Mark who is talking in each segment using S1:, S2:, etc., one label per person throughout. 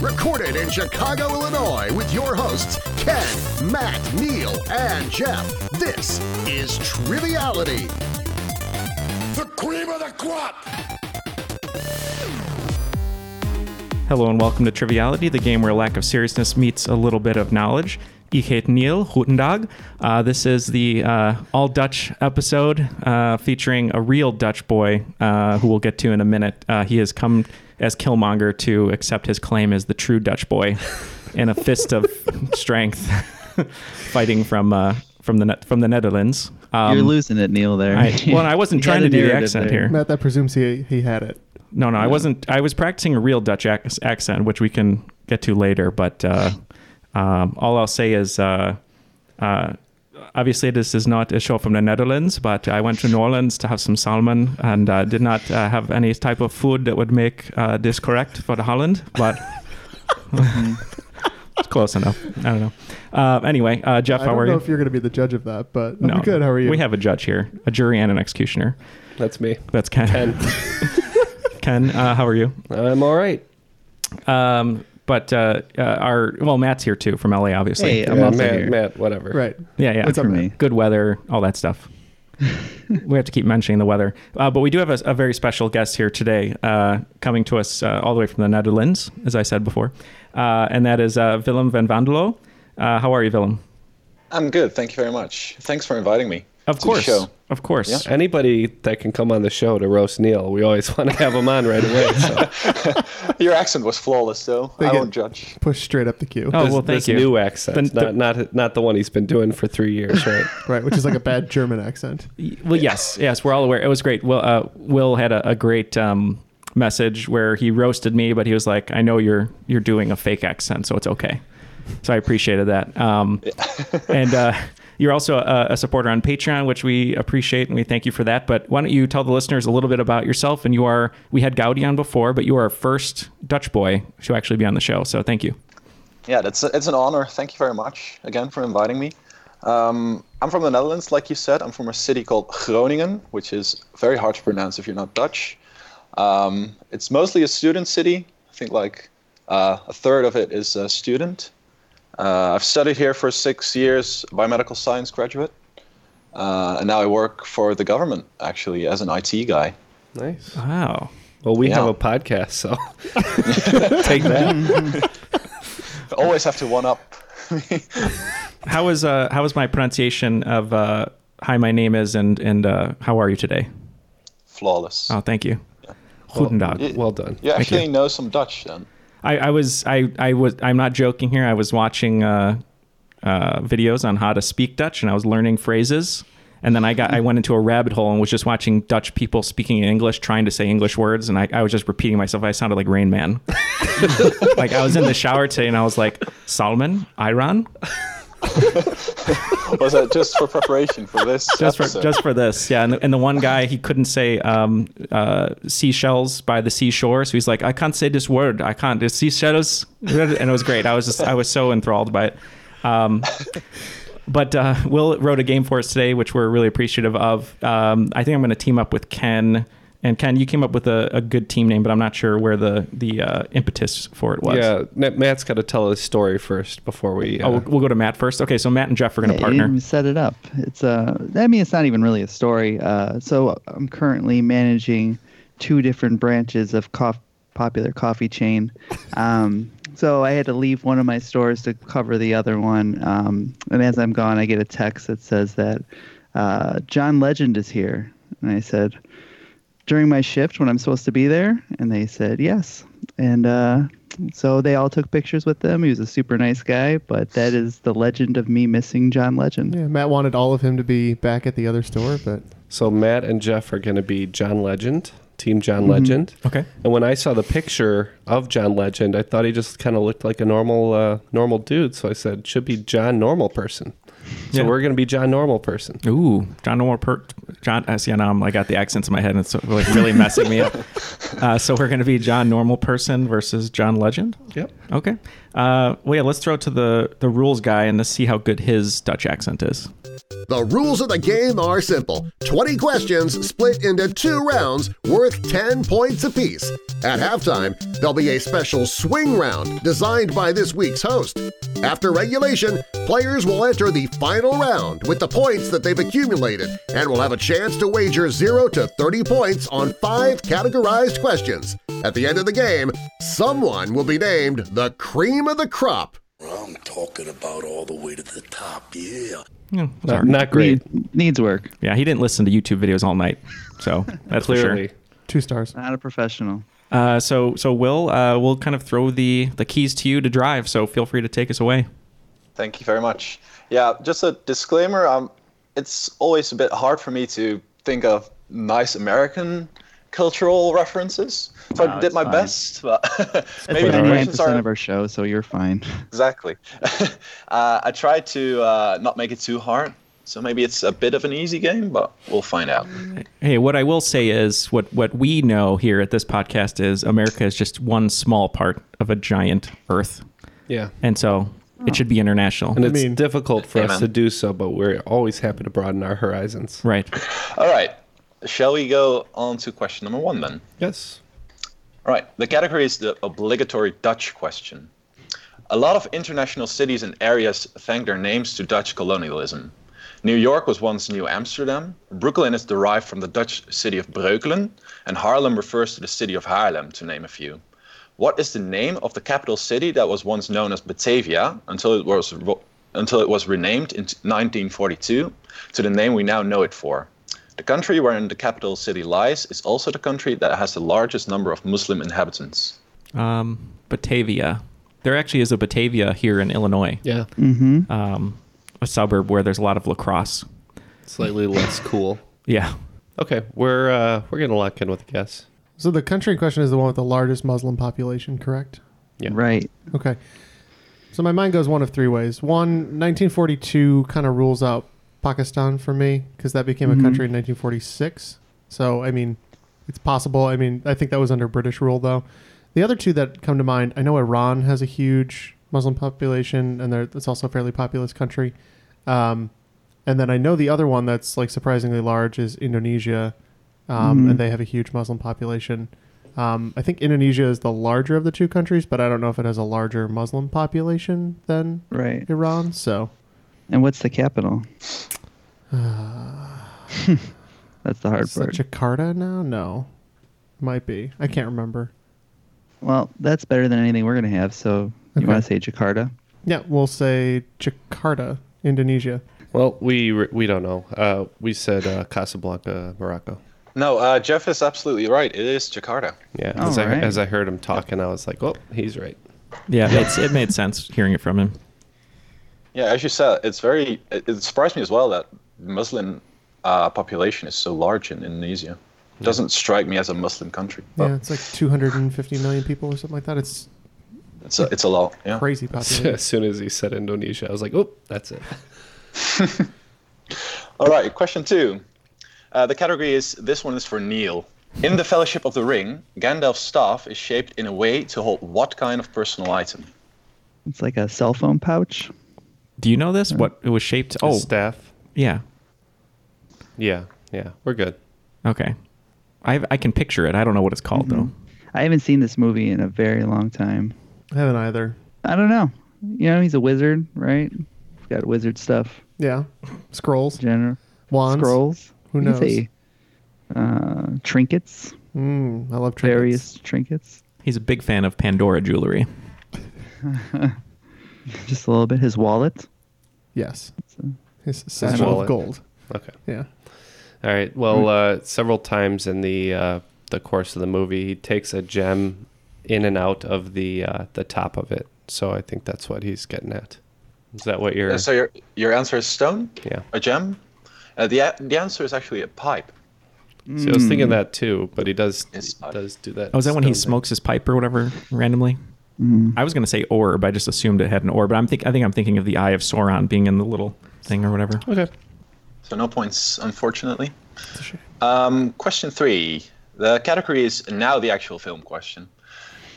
S1: Recorded in Chicago, Illinois, with your hosts, Ken, Matt, Neil, and Jeff. This is Triviality. The cream of the crop!
S2: Hello and welcome to Triviality, the game where lack of seriousness meets a little bit of knowledge. Ich heet Neil, guten Tag. Uh, this is the uh, all Dutch episode uh, featuring a real Dutch boy uh, who we'll get to in a minute. Uh, he has come as Killmonger to accept his claim as the true Dutch boy in a fist of strength, fighting from uh, from the net, from the Netherlands. Um,
S3: You're losing it, Neil. There.
S2: I, well, I wasn't
S3: You
S2: trying
S3: had a
S2: to do the
S3: narrative
S2: accent
S3: there.
S2: here.
S4: Matt, that presumes he he had it.
S2: No, no, I wasn't. I was practicing a real Dutch ac- accent, which we can get to later. But uh, um, all I'll say is, uh, uh, obviously, this is not a show from the Netherlands, but I went to New Orleans to have some salmon and uh, did not uh, have any type of food that would make uh, this correct for the Holland, but
S4: Mm-hmm.
S2: it's close enough. I don't know. Uh, anyway, uh, Jeff,
S4: I
S2: how
S4: don't
S2: are
S4: know
S2: you?
S4: if you're going to be the judge of that, but I'm good. How are you?
S2: We have a judge here, a jury, and an executioner.
S5: That's me.
S2: That's Ken.
S5: Ken.
S2: Ken, uh, how are you?
S5: I'm all right.
S2: Um, but uh, uh, our well, Matt's here too from LA, obviously.
S3: Hey, I'm
S5: Yeah,
S3: also
S5: Matt,
S3: here.
S5: Matt, whatever.
S4: right.
S2: yeah, yeah.
S4: What's up,
S3: for
S4: man?
S3: me.
S2: Good weather, all that stuff. we have to keep mentioning the weather, uh, but we do have a, a very special guest here today, uh, coming to us uh, all the way from the Netherlands, as I said before, uh, and that is uh, Willem van Vandelo. Uh, how are you, Willem?
S6: I'm good, thank you very much. Thanks for inviting me.
S2: Of
S6: to the
S2: course,
S6: show.
S2: of course.
S5: Anybody that can come on the show to roast Neil, we always want to have him on right away. So
S6: Your accent was flawless, though. I
S4: get-
S6: won't judge.
S4: Push straight up the queue.
S2: Oh well, thank
S5: this
S2: you.
S5: new accent,
S2: The- the-
S5: not not not the one he's been doing for three years, right?
S4: Right, which is like a bad German accent.
S2: Well, yes, yes, we're all aware. It was great. Will, uh, Will had a, a great um, message where he roasted me, but he was like, "I know you're you're doing a fake accent, so it's okay." So I appreciated that. Um, and uh, you're also a, a supporter on Patreon, which we appreciate and we thank you for that. But why don't you tell the listeners a little bit about yourself? And you are we had Gaudi on before, but you are our first Dutch boy to actually be on the show. So thank you.
S6: Yeah, that's it's an honor. Thank you very much again for inviting me. Um, I'm from the Netherlands, like you said. I'm from a city called Groningen, which is very hard to pronounce if you're not Dutch. Um, it's mostly a student city. I think like uh, a third of it is a student. Uh, I've studied here for six years, biomedical science graduate, uh, and now I work for the government actually as an IT guy.
S5: Nice.
S2: Wow.
S5: Well, we have
S6: Yeah.
S5: a podcast, so take that.
S6: Always have to one up.
S2: How is uh, how is my pronunciation of uh, "Hi, my name is" and and uh, how are you today?
S6: Flawless.
S2: Oh, thank you. Guten Tag.
S5: Well done.
S6: You
S2: Thank
S6: actually
S2: you.
S6: know some Dutch then.
S2: I, I was I, I was I'm not joking here. I was watching uh, uh, videos on how to speak Dutch, and I was learning phrases. And then I got I went into a rabbit hole and was just watching Dutch people speaking in English, trying to say English words, and I, I was just repeating myself. I sounded like Rain Man. like I was in the shower today, and I was like Salman, Iran,
S6: Was that just for preparation for this?
S2: just for
S6: episode?
S2: just for this, yeah. And the, and the one guy he couldn't say um, uh, seashells by the seashore, so he's like, I can't say this word. I can't. It's seashells, and it was great. I was just I was so enthralled by it. Um, but uh, Will wrote a game for us today, which we're really appreciative of. Um, I think I'm going to team up with Ken And Ken, you came up with a, a good team name, but I'm not sure where the the uh, impetus for it was.
S5: Yeah, Matt- Matt's got to tell his story first before we. Uh,
S2: Oh, we'll, we'll go to Matt first. Okay, so Matt and Jeff are going to
S3: Yeah,
S2: partner.
S3: You didn't even set it up. It's uh, I mean, it's not even really a story. Uh, so I'm currently managing two different branches of cof- popular coffee chain. Um, so I had to leave one of my stores to cover the other one. Um, and as I'm gone, I get a text that says that uh, John Legend is here. And I said, during my shift when I'm supposed to be there? And they said yes. And uh, so they all took pictures with them. He was a super nice guy, but that is the legend of me missing John Legend.
S4: Yeah, Matt wanted all of him to be back at the other store, but
S5: So Matt and Jeff are going to be John Legend, Team John
S4: Mhm.
S5: Legend.
S2: Mm-hmm. Okay.
S5: And when I saw the picture of John Legend, I thought he just kind of looked like a normal, uh, normal dude. So I said, should be John Normal Person. So
S2: Yeah.
S5: we're going to be John Normal Person.
S2: Ooh, John Normal Per John. I see. Now I'm, I got the accents in my head, and it's like really messing me up. Uh, so we're going to be John Normal Person versus John Legend.
S5: Yep.
S2: Okay. Uh, well, yeah. Let's throw it to the the rules guy and let's see how good his Dutch accent is.
S1: The rules of the game are simple 20 questions split into two rounds worth 10 points apiece. At halftime, there'll be a special swing round designed by this week's host. After regulation, players will enter the final round with the points that they've accumulated and will have a chance to wager 0 to 30 points on five categorized questions. At the end of the game, someone will be named the cream of the crop. I'm talking about all the way to the top, yeah.
S2: Yeah,
S5: Not- not great.
S3: needs work.
S2: Yeah, he didn't listen to YouTube videos all night, so that's for
S5: Clearly.
S2: sure.
S4: two stars.
S3: Not a professional.
S2: Uh, so so Will, uh, we'll kind of throw the the keys to you to drive. So feel free to take us away.
S6: Thank you very much. Yeah, just a disclaimer. Um, it's always a bit hard for me to think of nice American cultural references, so
S3: No,
S6: I did
S3: it's
S6: my
S3: fine.
S6: best. But maybe the
S3: Ninety-nine
S6: questions
S3: percent
S6: are
S3: of our show, so you're fine.
S6: exactly. uh, I tried to uh, not make it too hard, so maybe it's a bit of an easy game, but we'll find out.
S2: Hey, what I will say is what what we know here at this podcast is America is just one small part of a giant Earth.
S5: Yeah.
S2: and so it should be international.
S5: And it's difficult for us
S6: Amen.
S5: to do so, but we're always happy to broaden our horizons.
S2: right.
S6: All right, shall we go on to question number one then?
S5: Yes.
S6: All right, the category is the obligatory Dutch question. A lot of international cities and areas thank their names to Dutch colonialism. New York was once New Amsterdam, Brooklyn is derived from the Dutch city of Breukelen, and Haarlem refers to the city of Haarlem, to name a few. What is the name of the capital city that was once known as Batavia until it was ro- until it was renamed in 1942 to the name we now know it for? The country wherein the capital city lies is also the country that has the largest number of Muslim inhabitants.
S2: Um, Batavia. There actually is a Batavia here in Illinois.
S5: Yeah.
S3: Mm-hmm.
S2: Um, a suburb where there's a lot of lacrosse.
S5: Slightly less cool.
S2: Yeah.
S5: Okay. We're, uh, we're going to lock in with a guess.
S4: So the country in question is the one with the largest Muslim population, correct?
S3: Right.
S4: Okay. So my mind goes one of three ways. One, 1942 kind of rules out Pakistan for me because that became
S3: Mhm.
S4: a country in 1946. So I mean, it's possible. I mean, I think that was under British rule though. The other two that come to mind, I know Iran has a huge Muslim population, and they're, it's also a fairly populous country. Um, and then I know the other one that's like surprisingly large is Indonesia, um,
S3: Mhm.
S4: and they have a huge Muslim population. Um, I think Indonesia is the larger of the two countries, but I don't know if it has a larger Muslim population than
S3: Right.
S4: Iran. So
S3: And what's the capital?
S4: uh,
S3: That's the hard
S4: is that
S3: part.
S4: Jakarta now? No, might be. I can't remember.
S3: Well, that's better than anything we're gonna have. So you
S4: Okay.
S3: want to say Jakarta?
S4: Yeah, we'll say Jakarta, Indonesia.
S5: Well, we re- we don't know. Uh, we said uh, Casablanca, Morocco.
S6: No, uh, Jeff is absolutely right. It is Jakarta.
S5: Yeah,
S3: All
S5: as, I,
S3: right.
S5: as I heard him talking, I was like, "Oh, he's right."
S2: Yeah, it's, it made sense hearing it from him.
S6: Yeah, as you said, it's very. It, it surprised me as well that Muslim uh, population is so large in Indonesia. It doesn't strike me as a Muslim country, but
S4: Yeah, it's like 250 million people or something like that. It's
S6: it's a, it's a lot. Yeah.
S4: crazy population.
S5: as soon as he said Indonesia, I was like, "Oh, that's it."
S6: All right, question two. Uh, the category is this one is for Neil. In the Fellowship of the Ring, Gandalf's staff is shaped in a way to hold what kind of personal item?
S3: It's like a cell phone pouch.
S2: Do you know this? What it was shaped? Oh,
S5: staff.
S2: yeah.
S5: Yeah, yeah, we're good.
S2: Okay. I, I can picture it. I don't know what it's called though.
S3: I haven't seen this movie in a very long time.
S4: I haven't either.
S3: I don't know. You know, he's a wizard, right? He's got wizard stuff.
S4: Yeah. Scrolls.
S3: General.
S4: Wands.
S3: Scrolls.
S4: Who
S3: You can
S4: knows?
S3: say, uh, trinkets.
S4: Mm, I love trinkets.
S3: Various trinkets.
S2: He's a big fan of Pandora jewelry.
S3: Just a little bit. His wallet.
S4: Yes. His
S5: His
S4: satchel of
S5: wallet.
S4: gold.
S5: Okay.
S4: Yeah.
S5: All right.
S2: Hmm.
S5: Well, uh, several times in the uh, the course of the movie, he takes a gem in and out of the uh, the top of it. So I think that's what he's getting at. Is that what you're?
S6: Uh, So your your answer is stone,
S5: yeah.
S6: a gem. Uh, the a- the answer is actually a pipe.
S5: See, I was
S2: Hmm.
S5: thinking that too, but he does does do that.
S2: Oh, is that when he
S5: stone
S2: smokes his pipe or whatever randomly? I was going to say orb. I just assumed it had an orb, but I'm think I think I'm thinking of the Eye of Sauron being in the little thing or whatever.
S5: thing. Okay.
S6: So no points, unfortunately. Um, question three. The category is now the actual film question.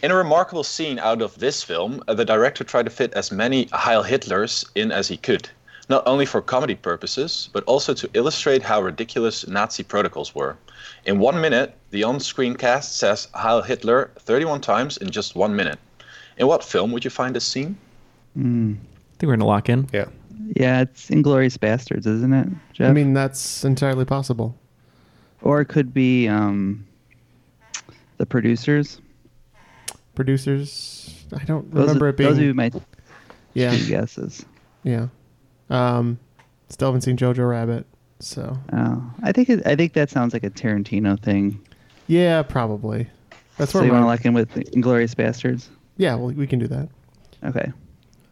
S6: In a remarkable scene out of this film, uh, the director tried to fit as many Heil Hitlers in as he could, not only for comedy purposes, but also to illustrate how ridiculous Nazi protocols were. In one minute, the on screen cast says Heil Hitler 31 times in just one minute. In what film would you find this scene?
S3: Mm.
S2: I think we're gonna lock in.
S5: Yeah.
S3: Yeah, it's Inglorious Bastards, isn't it, Jeff?
S4: I mean, that's entirely possible.
S3: or it could be um, the producers.
S4: Producers. I don't
S3: Those
S4: remember
S3: are,
S4: it being.
S3: Those would be my
S4: Yeah.
S3: two guesses.
S4: Yeah. Um, still haven't seen Jojo Rabbit. So
S3: Oh, I think it, I think that sounds like a Tarantino thing.
S4: yeah, probably. That's
S3: so
S4: where
S3: you
S4: my-
S3: want to lock in with Inglorious Bastards?
S4: Yeah, well, we can do that.
S3: Okay.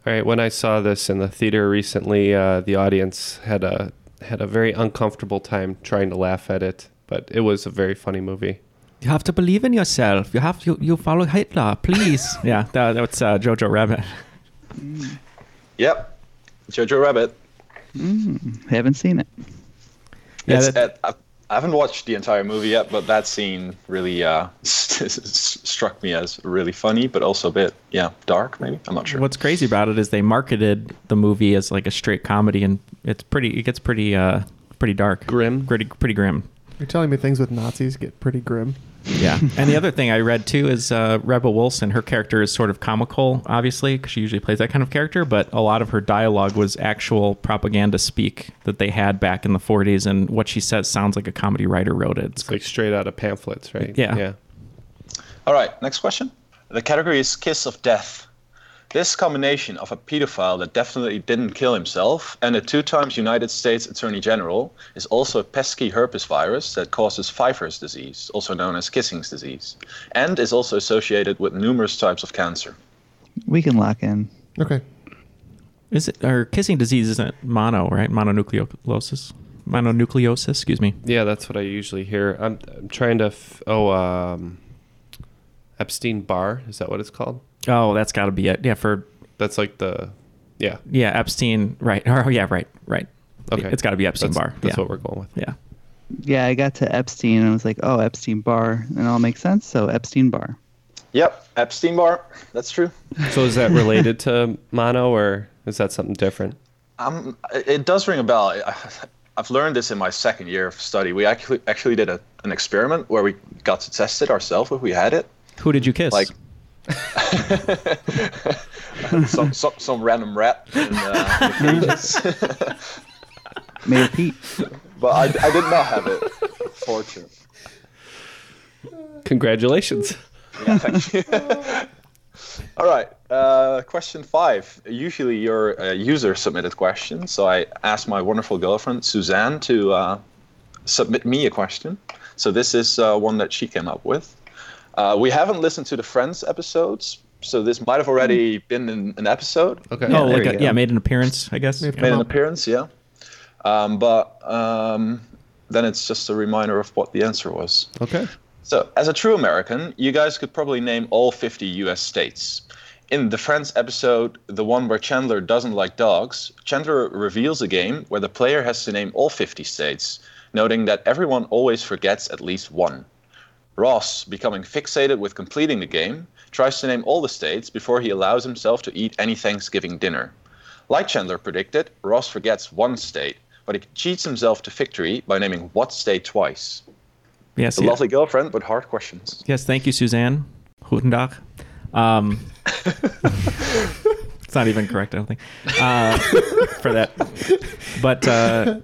S5: All right. When I saw this in the theater recently, uh, the audience had a had a very uncomfortable time trying to laugh at it, but it was a very funny movie.
S2: You have to believe in yourself. You have you you follow Hitler, please. yeah, that, that's uh, Jojo Rabbit.
S6: Yep, Jojo Rabbit.
S3: Mm, haven't seen it.
S2: Yeah,
S6: It's- uh, I I haven't watched the entire movie yet, but that scene really uh, s- struck me as really funny, but also a bit, yeah, dark maybe. I'm not sure.
S2: What's crazy about it is they marketed the movie as like a straight comedy, and it's pretty. It gets pretty uh pretty dark,
S5: grim,
S2: pretty pretty grim.
S4: You're telling me things with Nazis get pretty grim.
S2: Yeah. and the other thing I read too is uh, Rebel Wilson. Her character is sort of comical, obviously, because she usually plays that kind of character. But a lot of her dialogue was actual propaganda speak that they had back in the '40s, and what she says sounds like a comedy writer wrote it. It's
S5: like straight out of pamphlets, right?
S2: Yeah.
S5: Yeah.
S6: All right, next question. The category is Kiss of Death. This combination of a pedophile that definitely didn't kill himself and a two times United States Attorney General is also a pesky herpes virus that causes Pfeiffer's disease, also known as Kissing's disease, and is also associated with numerous types of cancer.
S3: We can lock in.
S4: Okay.
S2: Is it or kissing disease isn't mono, right? Mononucleosis. Mononucleosis, excuse me.
S5: Yeah, that's what I usually hear. I'm, I'm trying to. F- oh, um, Epstein Barr is that what it's called?
S2: Oh, that's got to be it. Yeah, for
S5: That's like the. Yeah.
S2: yeah, Epstein, right. Oh, yeah, right, right.
S5: Okay.
S2: It's got to be Epstein
S5: That's-
S2: Barr.
S5: That's
S2: yeah.
S5: what we're going with.
S2: Yeah.
S3: Yeah, I got to Epstein and I was like, oh, Epstein Barr, and it all makes sense. So Epstein Barr.
S6: Yep, Epstein Barr. That's true.
S5: So is that related to mono, or is that something different?
S6: Um, it does ring a bell. I- I've learned this in my second year of study. We actually actually did a, an experiment where we got to test it ourselves if we had it.
S2: Who did you kiss?
S6: Like- Some some, some random rat. In, uh, in the cages.
S3: Mayor Pete.
S6: but I, I did not have it. Fortune.
S5: Congratulations.
S6: Yeah, thank you. All right. Uh, question five. Usually, your uh, user submitted question, so I asked my wonderful girlfriend Suzanne to uh, submit me a question. So this is uh, one that she came up with. Uh, we haven't listened to the Friends episodes, so this might have already been in an episode.
S5: Okay.
S2: oh, like
S3: there you
S2: a,
S3: go.
S2: yeah, made an appearance, I guess.
S4: They've
S6: made
S4: come
S6: an
S4: up.
S6: appearance, yeah. Um, but um, then it's just a reminder of what the answer was.
S5: Okay.
S6: So, as a true American, you guys could probably name all 50 US states. In the Friends episode, the one where Chandler doesn't like dogs, Chandler reveals a game where the player has to name all 50 states, noting that everyone always forgets at least one. Ross, becoming fixated with completing the game, tries to name all the states before he allows himself to eat any Thanksgiving dinner. Like Chandler predicted, Ross forgets one state, but he cheats himself to victory by naming what state twice.
S2: Yes,
S6: A
S2: yeah.
S6: lovely girlfriend, but hard questions.
S2: Yes, thank you, Suzanne. Guten Tag. Um, it's not even correct, I don't think, uh, for that. But uh,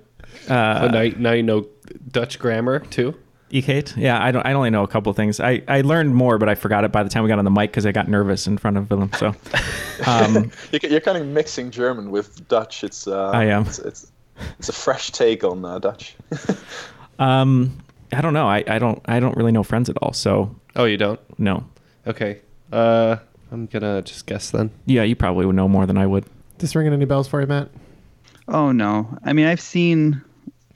S2: uh,
S5: now, now you know Dutch grammar too.
S2: Ekate? Yeah, I don't. I only know a couple of things. I, I learned more, but I forgot it by the time we got on the mic because I got nervous in front of Willem. So, um,
S6: You're, you're kind of mixing German with Dutch. It's uh,
S2: I am.
S6: It's, it's, it's a fresh take on uh, Dutch.
S2: um, I don't know. I, I don't. I don't really know friends at all. So.
S5: Oh, you don't?
S2: No.
S5: Okay. Uh, I'm gonna just guess then.
S2: Yeah, you probably would know more than I would.
S4: This ringing any bells for you, Matt?
S3: Oh no. I mean, I've seen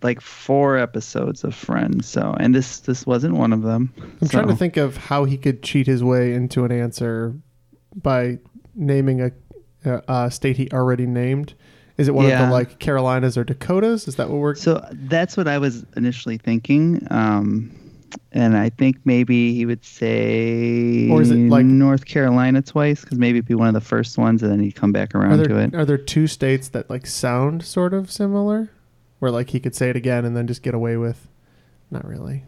S3: like four episodes of Friends, so and this this wasn't one of them.
S4: I'm trying to think of how he could cheat his way into an answer by naming a, a, a state he already named. Is it one of
S3: Yeah.
S4: the like Carolinas or Dakotas? Is that what we're?
S3: So that's what I was initially thinking. Um, and I think maybe he would say
S4: Or is it like-
S3: North Carolina twice because maybe it'd be one of the first ones and then he'd come back
S4: Are
S3: around
S4: there
S3: to it.
S4: are there two states that like sound sort of similar, where like he could say it again and then just get away with? Not really.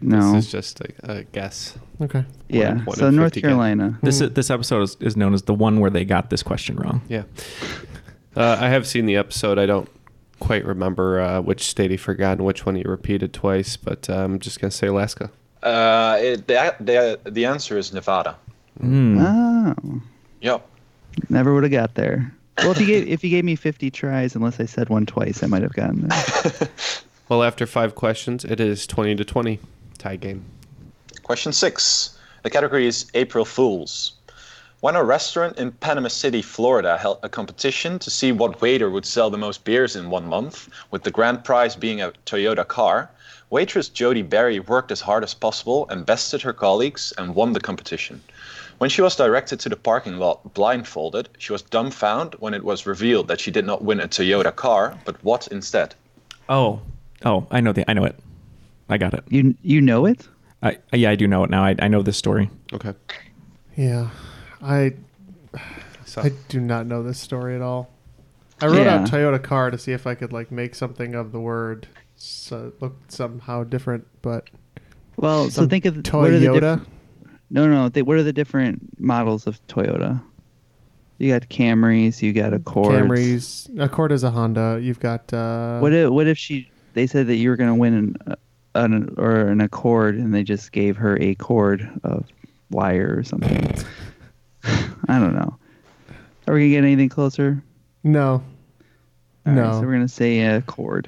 S3: No.
S5: This is just a, a guess.
S4: Okay.
S3: Yeah,
S5: One- one
S3: so
S5: in Hmm.
S3: North
S5: 50 guess.
S3: Carolina.
S2: This is, this episode is, is known as the one where they got this question wrong.
S5: Yeah. Uh, I have seen the episode. I don't quite remember uh, which state he forgot and which one he repeated twice, but uh, I'm just gonna say Alaska.
S6: Uh, it, the, the, the answer is Nevada.
S3: Oh,
S6: Yep.
S3: never would have got there. Well, if you gave if you gave me 50 tries, unless I said one twice, I might have gotten it.
S5: Well, after five questions, it is 20 to 20 tie game.
S6: Question six. The category is April Fools. When a restaurant in Panama City, Florida held a competition to see what waiter would sell the most beers in one month, with the grand prize being a Toyota car, waitress Jody Berry worked as hard as possible, and bested her colleagues, and won the competition. When she was directed to the parking lot blindfolded, she was dumbfounded when it was revealed that she did not win a Toyota car, but what instead?
S2: Oh, oh, I know the. I know it. I got it.
S3: You you know it?
S2: I yeah, I do know it now. I, I know this story.
S5: Okay.
S4: Yeah, I
S5: So-
S4: I do not know this story at all. I wrote out
S3: Yeah.
S4: Toyota car to see if I could like make something of the word so it looked somehow different, but
S3: Well, so
S4: Some
S3: think of what are the
S4: Toyota?
S3: diff- no, no. They, what are the different models of Toyota? You got Camrys. You got Accords.
S4: Camrys, Accord is a Honda. You've got uh,
S3: What if what if she? They said that you were going to win an, an or an Accord, and they just gave her a cord of wire or something. I don't know. Are we gonna get anything closer?
S4: no,
S3: All right,
S4: No.
S3: so we're gonna say a cord.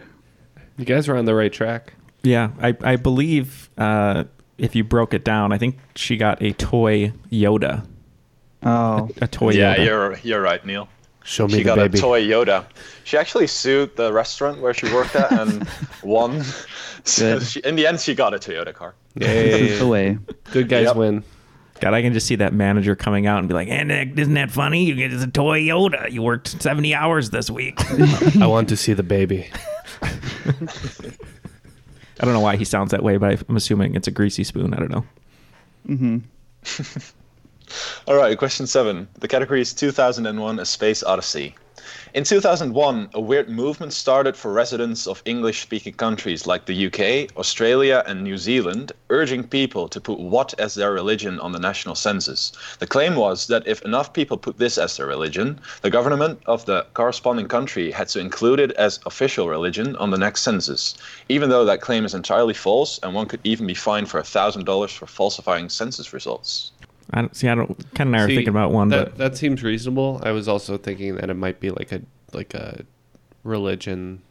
S5: You guys are on the right track.
S2: Yeah, I I believe uh, if you broke it down, I think she got a toy Yoda.
S3: Oh,
S2: A toy
S6: yeah,
S2: Yoda.
S6: you're you're right, Neil.
S5: Show me
S6: she
S5: the
S6: got
S5: baby.
S6: a toy Yoda. She actually sued the restaurant where she worked at and won. So
S3: Good.
S6: she, in the end, she got a Toyota car.
S3: this is the
S5: Yay.
S3: way.
S5: Good guys
S6: Yep.
S5: win.
S2: God, I can just see that manager coming out and be like, "And that- isn't that funny? You get it's a toy Yoda. You worked seventy hours this week."
S5: I want to see the baby.
S2: I don't know why he sounds that way, but I'm assuming it's a greasy spoon. I don't know.
S3: mm-hmm.
S6: All right, question seven. The category is 2001 A Space Odyssey. In 2001, a weird movement started for residents of English speaking countries like the UK, Australia, and New Zealand, urging people to put what as their religion on the national census. The claim was that if enough people put this as their religion, the government of the corresponding country had to include it as official religion on the next census, even though that claim is entirely false and one could even be fined for $1,000 for falsifying census results.
S2: I don't see. I don't. Ken and I are
S5: See,
S2: thinking about one,
S5: that,
S2: but
S5: that seems reasonable. I was also thinking that it might be like a like a religion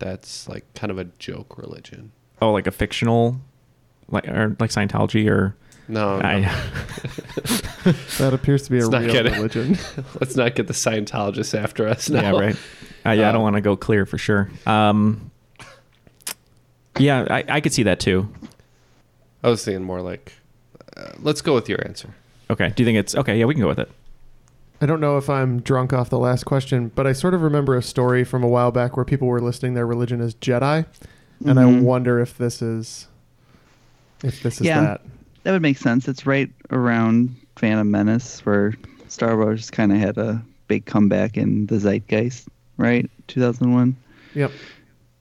S5: that's like kind of a joke religion.
S2: oh, like a fictional, like or like Scientology or.
S5: No, no.
S2: I,
S4: that appears to be a
S5: Let's not
S4: real
S5: get it.
S4: religion.
S5: let's not get the Scientologists after us.
S2: yeah,
S5: Now.
S2: right. Uh, yeah, I don't want to go clear for sure. Um, yeah, I, I could see that too.
S5: I was thinking more like, uh, let's go with your answer.
S2: Okay. Do you think it's okay? Yeah, we can go with it.
S4: I don't know if I'm drunk off the last question, but I sort of remember a story from a while back where people were listing their religion as Jedi, and I wonder if this is if this is
S3: Yeah.
S4: that.
S3: That would make sense. It's right around Phantom Menace, where Star Wars kind of had a big comeback in the zeitgeist, right? 2001.
S4: Yep.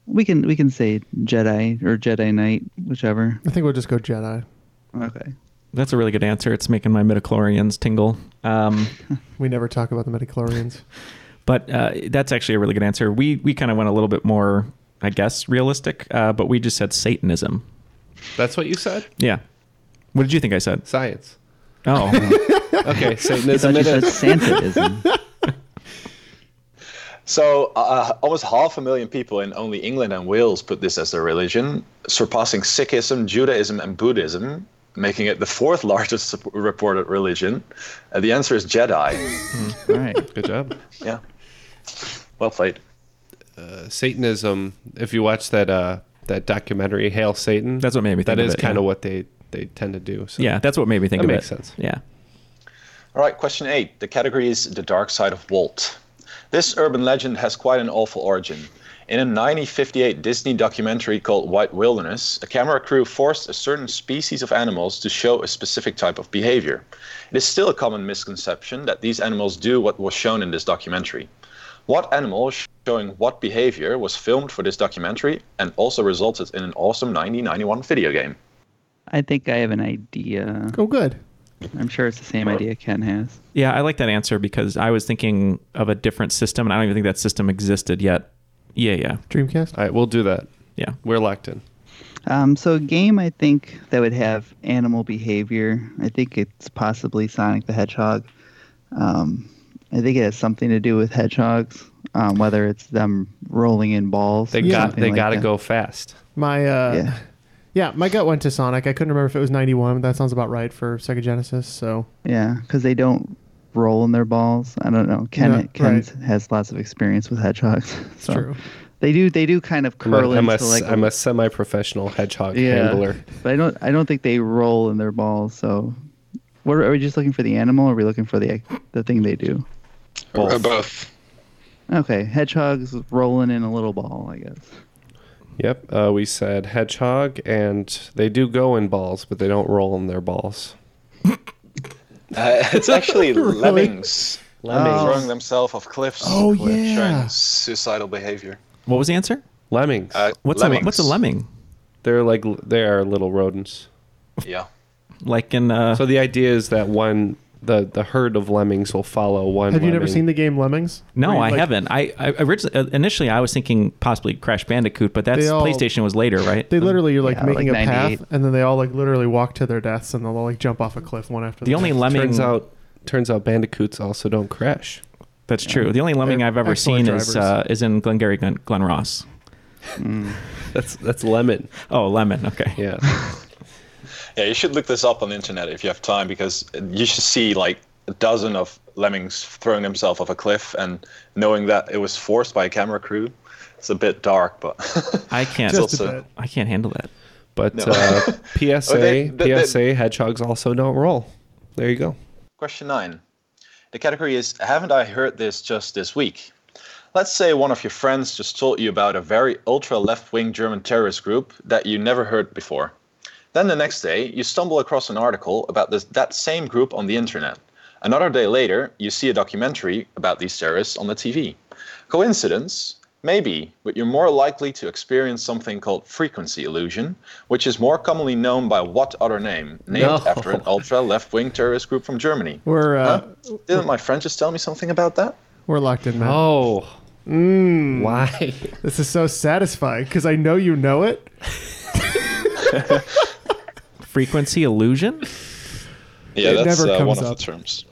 S3: We can we can say Jedi or Jedi Knight, whichever.
S4: I think we'll just go Jedi.
S3: Okay.
S2: That's a really good answer. It's making my midichlorians tingle. Um,
S4: we never talk about the midichlorians.
S2: But uh, that's actually a really good answer. We we kind of went a little bit more, I guess, realistic. Uh, but we just said Satanism.
S5: That's what you said?
S2: Yeah. What did you think I said?
S5: Science.
S2: Oh.
S5: okay, Satanism.
S3: I thought you
S5: it is.
S3: said Santaism.
S6: So, uh, almost half a million people in only England and Wales put this as their religion, surpassing Sikhism, Judaism, and Buddhism, making it the fourth largest sup- reported religion. Uh, the answer is Jedi.
S3: All right.
S5: Good job.
S6: yeah. Well played.
S5: Uh, Satanism. If you watch that uh, that documentary, Hail Satan.
S2: That's what made me think
S5: That
S2: of
S5: is
S2: it,
S5: kind
S2: yeah.
S5: of what they they tend to do. So.
S2: yeah, that's what made me think
S5: That
S2: of
S5: makes
S2: it.
S5: sense.
S2: Yeah.
S6: All right, question eight. The category is The Dark Side of Walt. This urban legend has quite an awful origin. In a 1958 Disney documentary called White Wilderness, a camera crew forced a certain species of animals to show a specific type of behavior. It is still a common misconception that these animals do what was shown in this documentary. What animal showing what behavior was filmed for this documentary and also resulted in an awesome 1991 video game?
S3: I think I have an idea.
S4: Oh, good.
S3: I'm sure it's the same idea Ken has.
S2: Yeah, I like that answer because I was thinking of a different system, and I don't even think that system existed yet. Yeah, yeah,
S4: Dreamcast.
S5: All right, we'll do that.
S2: yeah.
S5: We're locked in.
S3: Um, so a game I think that would have animal behavior. I think it's possibly Sonic the Hedgehog. Um, I think it has something to do with hedgehogs, um, whether it's them rolling in balls.
S5: They
S3: or
S5: got
S3: something
S5: they
S3: like
S5: got to
S3: that.
S5: go fast.
S4: My uh,
S3: Yeah.
S4: yeah. my gut went to Sonic. I couldn't remember if it was 91, but that sounds about right for Sega Genesis. So
S3: Yeah, because they don't roll in their balls. I don't know. Ken
S4: No,
S3: Ken
S4: right.
S3: has lots of experience with hedgehogs. so
S4: true.
S3: They do they do kind of
S5: I'm a,
S3: curl
S5: I'm a
S3: into like
S5: s- I'm a semi-professional hedgehog
S3: yeah,
S5: handler.
S3: but I don't I don't think they roll in their balls. So, what are, are we just looking for the animal? Or are we looking for the the thing they do?
S6: Both. Both.
S3: Okay, hedgehogs rolling in a little ball, I guess.
S5: Yep. Uh, we said hedgehog, and they do go in balls, but they don't roll in their balls.
S6: Uh, it's actually lemmings. Um,
S5: Lemmings.
S6: throwing themselves off cliffs.
S4: Oh,
S6: with
S4: yeah.
S6: Showing suicidal behavior.
S2: What was the answer?
S5: Lemmings.
S6: Uh,
S2: What's
S6: lemmings.
S2: a what's a lemming?
S5: They're like l- they are little rodents.
S6: Yeah.
S2: Like in uh,
S5: So the idea is that one the the herd of lemmings will follow one.
S4: Have you never
S5: lemming.
S4: seen the game Lemmings?
S2: no,
S4: Where you,
S2: I
S4: like-
S2: haven't. I, I originally uh, initially I was thinking possibly Crash Bandicoot, but that's
S4: They all-
S2: PlayStation was later, right?
S4: They literally you're like
S3: Yeah,
S4: making
S3: like
S4: a
S3: 98.
S4: path, and then they all like literally walk to their deaths, and they'll all like jump off a cliff one after
S2: the only
S4: next.
S2: lemming
S5: Turns out turns out bandicoots also don't crash.
S2: that's true. The only lemming
S4: They're
S2: I've ever
S4: excellent
S2: seen is uh, is in Glengarry Glen, Glen Ross.
S5: Mm. That's that's lemon.
S2: Oh, lemon. Okay.
S5: Yeah.
S6: Yeah, you should look this up on the internet if you have time because you should see like a dozen of lemmings throwing themselves off a cliff and knowing that it was forced by a camera crew. It's a bit dark, but
S2: I can't.
S6: Just
S4: a bit.
S2: I can't handle that.
S5: But uh, PSA
S6: Oh, they- they- they-
S5: PSA hedgehogs also don't roll. There you go.
S6: Question nine. The category is Haven't I heard this just this week? Let's say one of your friends just told you about a very ultra left wing German terrorist group that you never heard before. Then the next day, you stumble across an article about this, that same group on the internet. Another day later, you see a documentary about these terrorists on the TV. Coincidence? Maybe, but you're more likely to experience something called frequency illusion, which is more commonly known by what other name? Named
S5: No.
S6: after an ultra left wing terrorist group from Germany.
S4: We're uh,
S6: Didn't my friend just tell me something about that?
S4: we're locked in, man. Mm.
S5: Oh. Why?
S4: This is so satisfying because I know you know it.
S2: Frequency illusion.
S6: Yeah, uh,
S4: It never comes up.
S6: terms.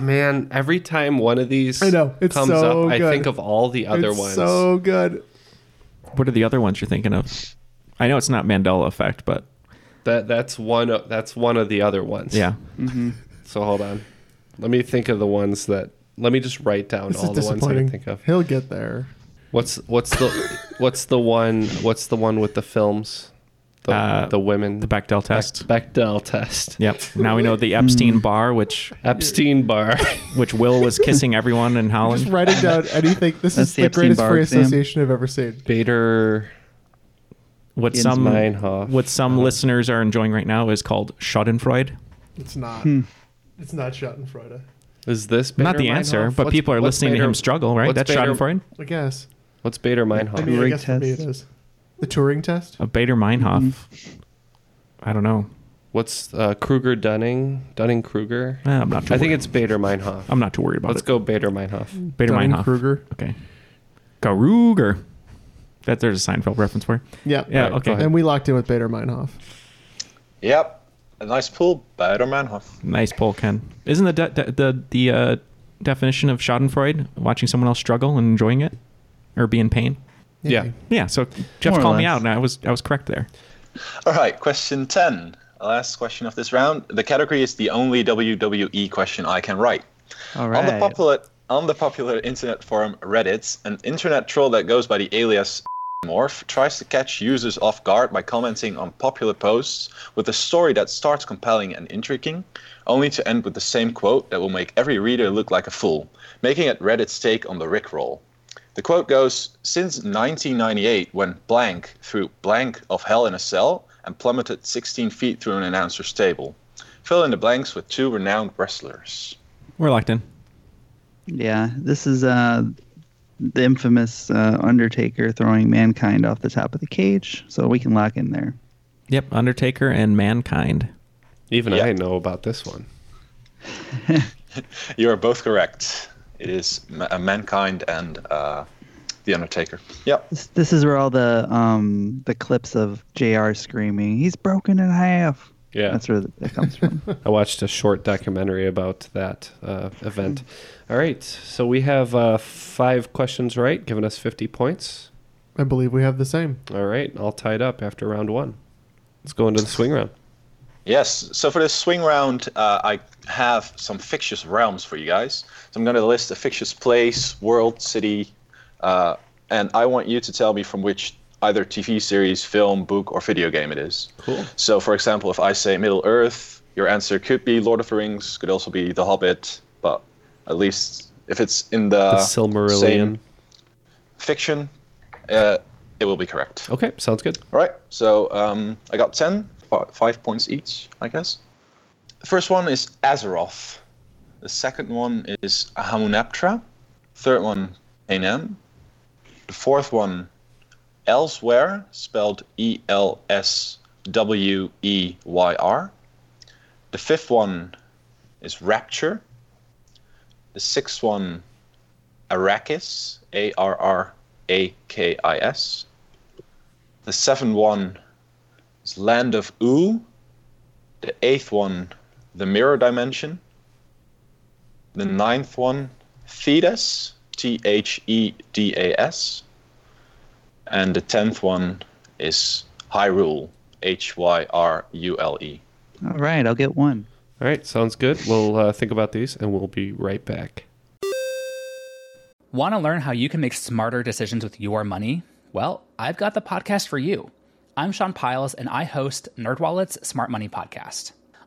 S5: Man, every time one of these
S4: I know, it's
S5: comes
S4: so
S5: up, I
S4: good.
S5: think of all the other
S4: it's
S5: ones.
S4: so good.
S2: What are the other ones you're thinking of? I know it's not Mandela effect, but
S5: That that's one of, that's one of the other ones.
S2: yeah.
S6: Mm-hmm.
S5: So hold on. Let me think of the ones that let me just write down
S4: This
S5: Oh, all
S4: is
S5: the ones I can
S4: disappointing.
S5: think of.
S4: He'll get there.
S5: What's what's the what's the one what's the one with the films? The,
S2: Uh,
S5: the women
S2: The Bechdel test.
S5: Bechdel test. Mm.
S2: Yep. Now we know the Epstein bar, which
S5: Epstein Barr.
S2: which Will was kissing everyone in
S4: Just
S2: Holland.
S4: writing down anything. This
S3: That's
S4: is
S3: the
S4: the
S3: Epstein
S4: greatest
S3: Barr
S4: free
S3: exam.
S4: association I've ever seen.
S5: Bader Uh-huh.
S2: What some
S5: Meinhof.
S2: what some listeners are enjoying right now is called Schadenfreude.
S4: It's not. It's not Schadenfreude.
S5: Is this Bader
S2: Hmm. Not the answer,
S5: Meinhof?
S2: but
S5: What's-
S2: people are
S5: what's
S2: listening
S5: Bader-
S2: to him struggle, right?
S5: what's
S2: That's
S5: Bader-
S2: Schadenfreude.
S4: I guess.
S5: What's Bader Meinhof?
S4: I mean, I guess for me it is. The Turing test?
S2: A Bader Meinhof. I don't know.
S5: What's uh, Kruger Dunning? Dunning Kruger?
S2: Eh, I'm not too
S5: I think
S2: worried.
S5: it's Bader Meinhof.
S2: I'm not too worried about
S5: Let's
S2: it.
S5: go Bader Meinhof.
S2: Bader Meinhof. Kruger. Okay. Kruger. That there's a Seinfeld reference for.
S4: Yeah.
S2: Yeah. okay.
S4: And we locked in with Bader Meinhof.
S6: Yep. A nice pull, Bader Meinhof.
S2: Nice poll, Ken. Isn't the de- de- the the uh, definition of Schadenfreude watching someone else struggle and enjoying it, or be in pain?
S5: Yeah.
S2: Yeah. So Jeff
S6: More or
S2: called me
S6: less.
S2: out, and I was I was correct there.
S6: All right, question 10. Last question of this round. The category is the only WWE question I can write.
S3: All
S6: On the
S3: right.
S6: popular on the popular internet forum Reddit, an internet troll that goes by the alias Morph tries to catch users off guard by commenting on popular posts with a story that starts compelling and intriguing, only to end with the same quote that will make every reader look like a fool, making it Reddit's take on the Rickroll. The quote goes Since 1998, when blank threw blank of hell in a cell and plummeted 16 feet through an announcer's table. Fill in the blanks with two renowned wrestlers.
S2: We're locked in.
S3: Yeah, this is uh, the infamous uh, Undertaker throwing mankind off the top of the cage, so we can lock in there.
S2: Yep. Undertaker and Mankind.
S5: Even I know about this one.
S6: You are both correct. It is Ma- uh, Mankind and uh, The Undertaker. Yep.
S3: This, this is where all the um, the clips of Jr. screaming, "He's broken in half."
S5: Yeah.
S3: that's where that comes from.
S5: I watched a short documentary about that uh, event. All right. So we have uh, five questions right, giving us 50 points.
S4: I believe we have the same.
S5: All right. All tied up after round one. Let's go into the swing round.
S6: Yes. So for this swing round, uh, I have some fictitious realms for you guys. So I'm going to list a fictitious place, world, city, uh, and I want you to tell me from which either TV series, film, book, or video game it is.
S5: Cool.
S6: So for example, if I say Middle Earth, your answer could be Lord of the Rings, could also be The Hobbit, but at least if it's in the,
S5: the
S6: Uh, same
S5: Silmarillion.
S6: fiction, uh, it will be correct.
S5: Okay. Sounds good.
S6: All right. So um, I got 10, fi- five points each, I guess. The first one is Azeroth. The second one is Hamunaptra. Third one, Hanem. The fourth one, Elsewhere, spelled E L S W E Y R. The fifth one is Rapture. The sixth one, Arrakis, A R R A K I S. The seventh one is Land of Oo. The eighth one, The Mirror Dimension. The ninth one, Thedas, T H E D A S. And the tenth one is Hyrule, H Y R U L E.
S3: all right, I'll get one.
S5: All right. Sounds good. We'll uh, think about these and we'll be right back.
S7: Want to learn how you can make smarter decisions with your money? Well, I've got the podcast for you. I'm Sean Piles and I host NerdWallet's Smart Money Podcast.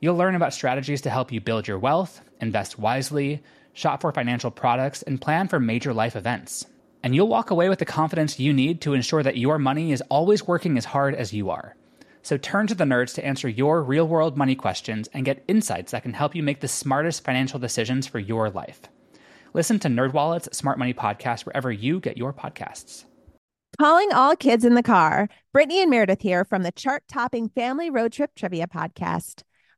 S7: You'll learn about strategies to help you build your wealth, invest wisely, shop for financial products, and plan for major life events. And you'll walk away with the confidence you need to ensure that your money is always working as hard as you are. So turn to the nerds to answer your real world money questions and get insights that can help you make the smartest financial decisions for your life. Listen to NerdWallet's Smart Money Podcast wherever you get your podcasts.
S8: Calling all kids in the car. Brittany and Meredith here from the chart topping Family Road Trip Trivia Podcast.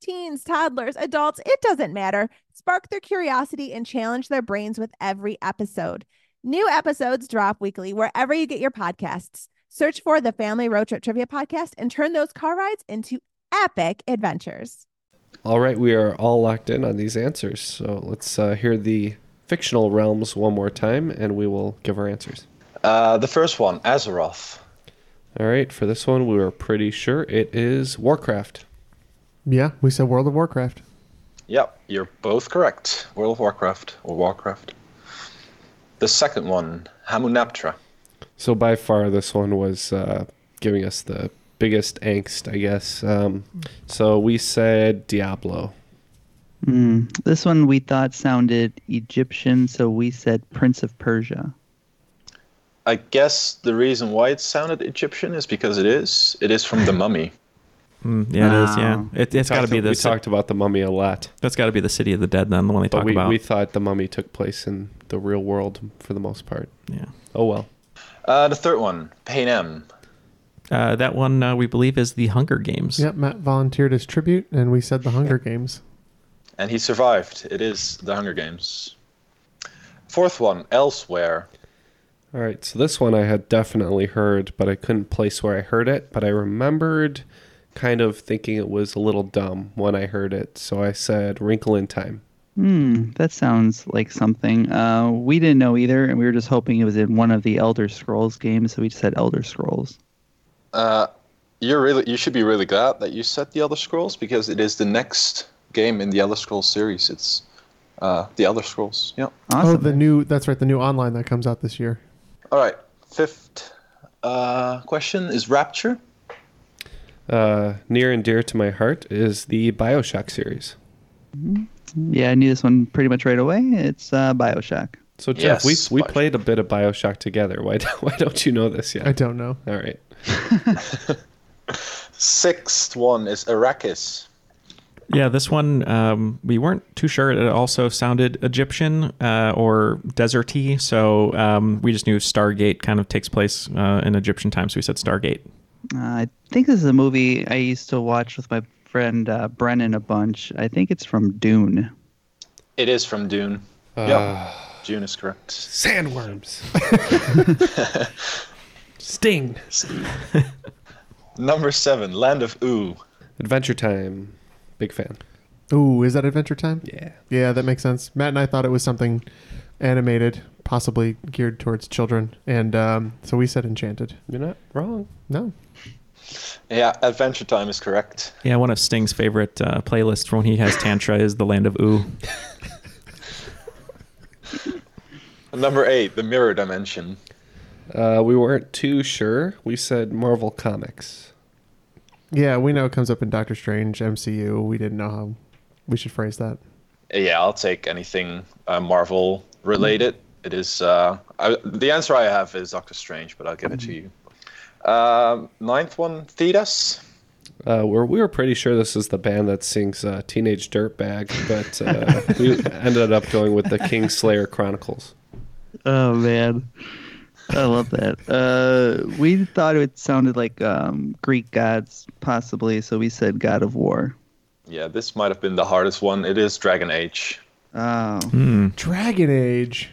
S8: teens, toddlers, adults, it doesn't matter. Spark their curiosity and challenge their brains with every episode. New episodes drop weekly wherever you get your podcasts. Search for the Family Road Trip Trivia Podcast and turn those car rides into epic adventures.
S5: All right, we are all locked in on these answers. So let's uh, hear the fictional realms one more time, and we will give our answers.
S6: Uh, the first one, Azeroth.
S5: All right, for this one, we were pretty sure it is Warcraft.
S4: Yeah, we said World of Warcraft.
S6: Yep, you're both correct. World of Warcraft or Warcraft. The second one, Hamunaptra.
S5: So by far, this one was uh, giving us the biggest angst, I guess. Um, so we said Diablo.
S3: Hmm. This one we thought sounded Egyptian, so we said Prince of Persia.
S6: I guess the reason why it sounded Egyptian is because it is. It is from the mummy.
S2: Mm, yeah, it is. Yeah,
S5: Wow.
S2: it, it's got to
S5: Talked-
S2: be the.
S5: we
S2: ci-
S5: talked about the mummy a lot.
S2: That's got to be the city of the dead, then the one they
S5: But
S2: talk
S5: we,
S2: about.
S5: we thought the mummy took place in the real world for the most part.
S2: Yeah.
S5: Oh well.
S6: Uh, the third one, Panem.
S2: uh, that one uh, we believe is the Hunger Games.
S4: Yep, Matt volunteered his tribute, and we said the Hunger Games.
S6: And he survived. It is the Hunger Games. Fourth one, Elsewhere.
S5: All right, so this one I had definitely heard, but I couldn't place where I heard it. But I remembered kind of thinking it was a little dumb when I heard it. So I said Wrinkle in Time.
S3: Hmm, that sounds like something. Uh, we didn't know either, and we were just hoping it was in one of the Elder Scrolls games, so we just said Elder Scrolls.
S6: Uh, you're really you should be really glad that you said the Elder Scrolls because it is the next game in the Elder Scrolls series. It's uh, the Elder Scrolls. Yeah.
S4: Oh, the new, that's right, the new online that comes out this year.
S6: All right. Fifth uh, question is Rapture.
S5: Uh, near and dear to my heart is the Bioshock series.
S3: Mm-hmm. Yeah, I knew this one pretty much right away. It's uh, Bioshock.
S5: So Jeff,
S3: Yes,
S5: we we played a bit of Bioshock together. Why don't- why don't you know this yet?
S4: I don't know.
S5: All right.
S6: Sixth one is Arrakis.
S2: Yeah, this one um, we weren't too sure. It also sounded Egyptian uh, or deserty, so um, we just knew Stargate kind of takes place uh, in Egyptian time, so we said Stargate.
S3: Uh, I think this is a movie I used to watch with my friend uh, Brennan a bunch. I think it's from Dune.
S6: It is from Dune. yeah. Dune is
S5: Uh,
S6: correct.
S5: Sandworms. Sting.
S6: Number seven, Land of Ooh.
S5: Adventure Time. Big fan.
S4: Ooh, is that Adventure Time?
S5: Yeah.
S4: Yeah, that makes sense. Matt and I thought it was something animated, possibly geared towards children, and um, so we said Enchanted.
S5: You're not wrong.
S4: No.
S6: Yeah, Adventure Time is correct.
S2: Yeah, one of Sting's favorite uh, playlists when he has tantra is the land of ooh.
S6: Number eight, The Mirror Dimension.
S5: Uh, we weren't too sure. We said Marvel Comics.
S4: Yeah, we know it comes up in Doctor Strange, MCU. We didn't know how we should phrase that.
S6: Yeah, I'll take anything uh, Marvel related.
S5: Mm.
S6: It is uh, I, the answer I have is Doctor Strange, but I'll give it
S5: Mm.
S6: to you. Um, ninth one, Thetas.
S5: Uh, we're, we were pretty sure this is the band that sings uh, Teenage Dirtbag, but uh, we ended up going with the Kingslayer Chronicles.
S3: Oh man, I love that. Uh, we thought it sounded like um, Greek gods, possibly, so we said God of War.
S6: Yeah, this might have been the hardest one. It is Dragon Age.
S3: Oh,
S4: Dragon Age.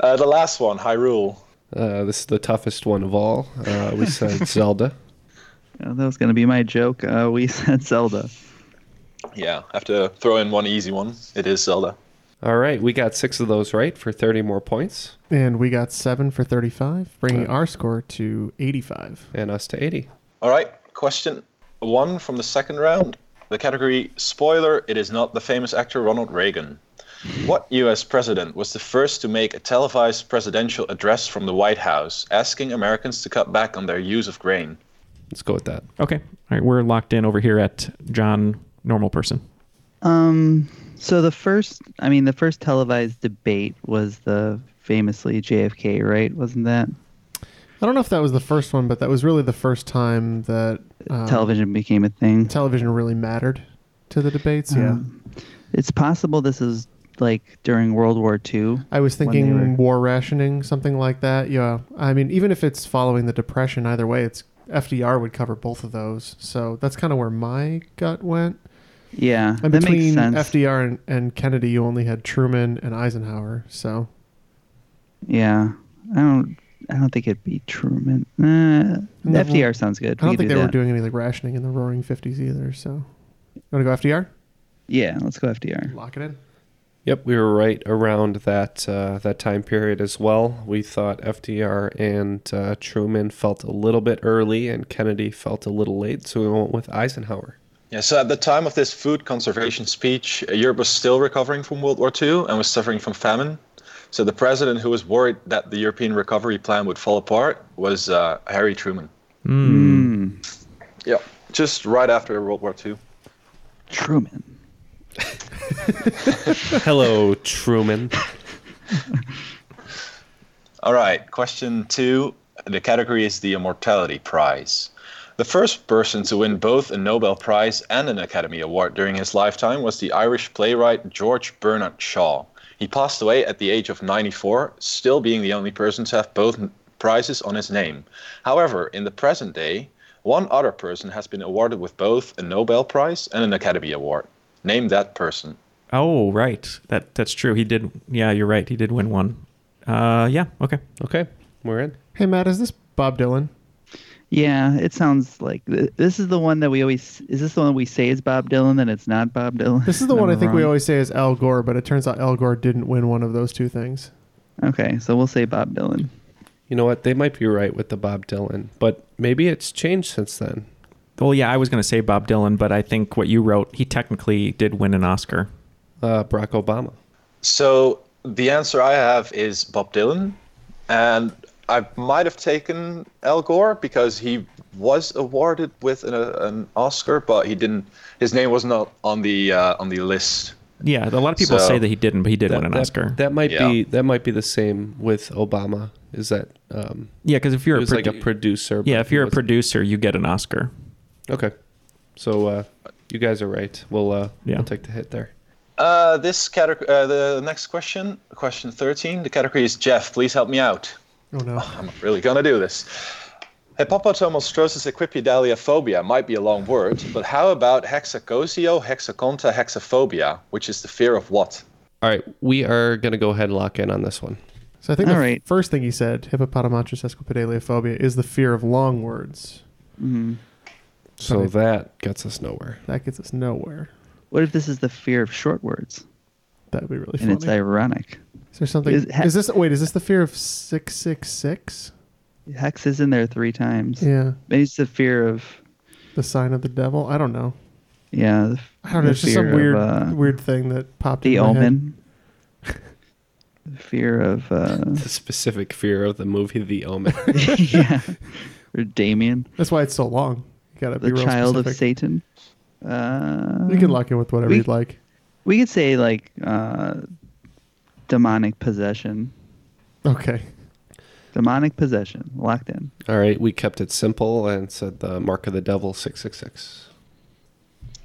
S6: Uh, the last one, Hyrule.
S5: Uh, this is the toughest one of all. Uh, we said Zelda.
S3: that was gonna be my joke. Uh, we said Zelda.
S6: Yeah, I have to throw in one easy one. It is Zelda.
S5: All right, we got six of those right for 30 more points,
S4: And we got seven for 35, bringing our score to 85.
S5: and us to 80.
S6: All right, question one from the second round. The category spoiler it is not the famous actor Ronald Reagan. What US president was the first to make a televised presidential address from the White House asking Americans to cut back on their use of grain?
S5: Let's go with that.
S2: Okay, all right, we're locked in over here at John Normal Person.
S3: Um, so the first, I mean, the first televised debate was the famously JFK, right? Wasn't that
S4: I don't know if that was the first one, but that was really the first time that um,
S3: television became a thing?
S4: television really mattered to the debates. Um, Yeah.
S3: Um, It's possible this is like during World War II.
S4: I was
S3: when they
S4: thinking
S3: were-
S4: war rationing, something like that. Yeah. I mean, even if it's following the depression, either way, it's FDR would cover both of those. So that's kind of where my gut went.
S3: yeah,
S4: And
S3: that makes
S4: between
S3: sense.
S4: FDR and, and Kennedy, you only had Truman and Eisenhower. So
S3: Yeah, I don't. I don't think it'd be Truman. Uh,
S4: No.
S3: FDR sounds good.
S4: I don't
S3: We could
S4: think
S3: do
S4: they were
S3: that.
S4: doing any like rationing in the Roaring Fifties either. So, you want to go FDR?
S3: Yeah, let's go FDR.
S4: Lock it in.
S5: Yep, we were right around that uh, that time period as well. We thought FDR and uh, Truman felt a little bit early, and Kennedy felt a little late, so we went with Eisenhower.
S6: Yeah, so at the time of this food conservation speech, Europe was still recovering from World War II and was suffering from famine. So the president who was worried that the European recovery plan would fall apart was uh, Harry Truman.
S5: Hmm.
S6: Yeah, just right after World War II.
S3: Truman.
S5: Hello, Truman.
S6: All right, question two. The category is the Immortality Prize. The first person to win both a Nobel Prize and an Academy Award during his lifetime was the Irish playwright George Bernard Shaw. He passed away at the age of 94, still being the only person to have both prizes on his name. However, in the present day, one other person has been awarded with both a Nobel Prize and an Academy Award. Name that person.
S2: Oh, right. That that's true. He did. Yeah, you're right. He did win one. Uh, yeah. Okay.
S5: Okay, we're in.
S4: Hey Matt, is this Bob Dylan?
S3: Yeah, it sounds like th- this is the one that we always. Is this the one we say is Bob Dylan? Then it's not Bob Dylan.
S4: This is the one I think we always say is Al Gore, but it turns out Al Gore didn't win one of those two things.
S3: Okay, so we'll say Bob Dylan.
S5: You know what? They might be right with the Bob Dylan, but maybe it's changed since then.
S2: Well, yeah, I was going to say Bob Dylan, but I think what you wrote, he technically did win an Oscar.
S5: Uh, Barack Obama.
S6: So the answer I have is Bob Dylan, and I might have taken Al Gore because he was awarded with an, an Oscar, but he didn't. His name was not on the uh, on the list.
S2: Yeah, a lot of people
S6: So-
S2: say that he didn't, but he did
S5: That-
S2: win an
S5: that-
S2: Oscar.
S5: That might
S2: Yeah.
S5: be that might be the same with Obama. Is that um,
S2: Yeah, because if you're
S5: it
S2: a
S5: was like a
S2: produ-
S5: producer? but
S2: yeah, if
S5: he
S2: you're a
S5: wasn't-
S2: producer, you get an Oscar.
S5: Okay. So uh, you guys are right. We'll uh,
S2: Yeah.
S5: we'll take the hit there.
S6: Uh, this category, uh, the next question, question thirteen. The category is Jeff. Please help me out.
S4: Oh no.
S6: I'm really gonna do this. Hippopotomostrosis equipedalia phobia might be a long word, but how about hexacosio hexaconta hexaphobia, which is the fear of what?
S5: All right, we are gonna go ahead and lock in on this one.
S4: So I think
S5: All
S4: the
S5: right.
S4: first thing he said, hippopotamontris esquipedaliophobia, is the fear of long words.
S3: Mm.
S5: So that gets us nowhere.
S4: That gets us nowhere.
S3: What if this is the fear of short words?
S4: That would be really
S3: And it's
S4: funny.
S3: ironic.
S4: Is there something?
S3: Is
S4: Is,
S3: he-
S4: this wait? Is this the fear of six six six?
S3: Hex is in there three times.
S4: Yeah.
S3: Maybe it's the fear of
S4: The sign of the devil. I don't know.
S3: yeah. The,
S4: I don't know.
S3: the
S4: It's just some
S3: fear of,
S4: weird
S3: uh,
S4: weird thing that popped.
S3: the
S4: in my head.
S3: omen. the fear of uh,
S5: The specific fear of the movie The Omen.
S3: yeah, or Damien,
S4: That's why it's so long. You gotta be
S3: the
S4: real
S3: child of
S4: specific.
S3: Satan. Uh,
S4: You can lock in with whatever
S3: we-
S4: you'd like.
S3: We could say like uh, demonic possession.
S4: Okay.
S3: Demonic possession locked in.
S5: All right, we kept it simple and said the mark of the devil six six six.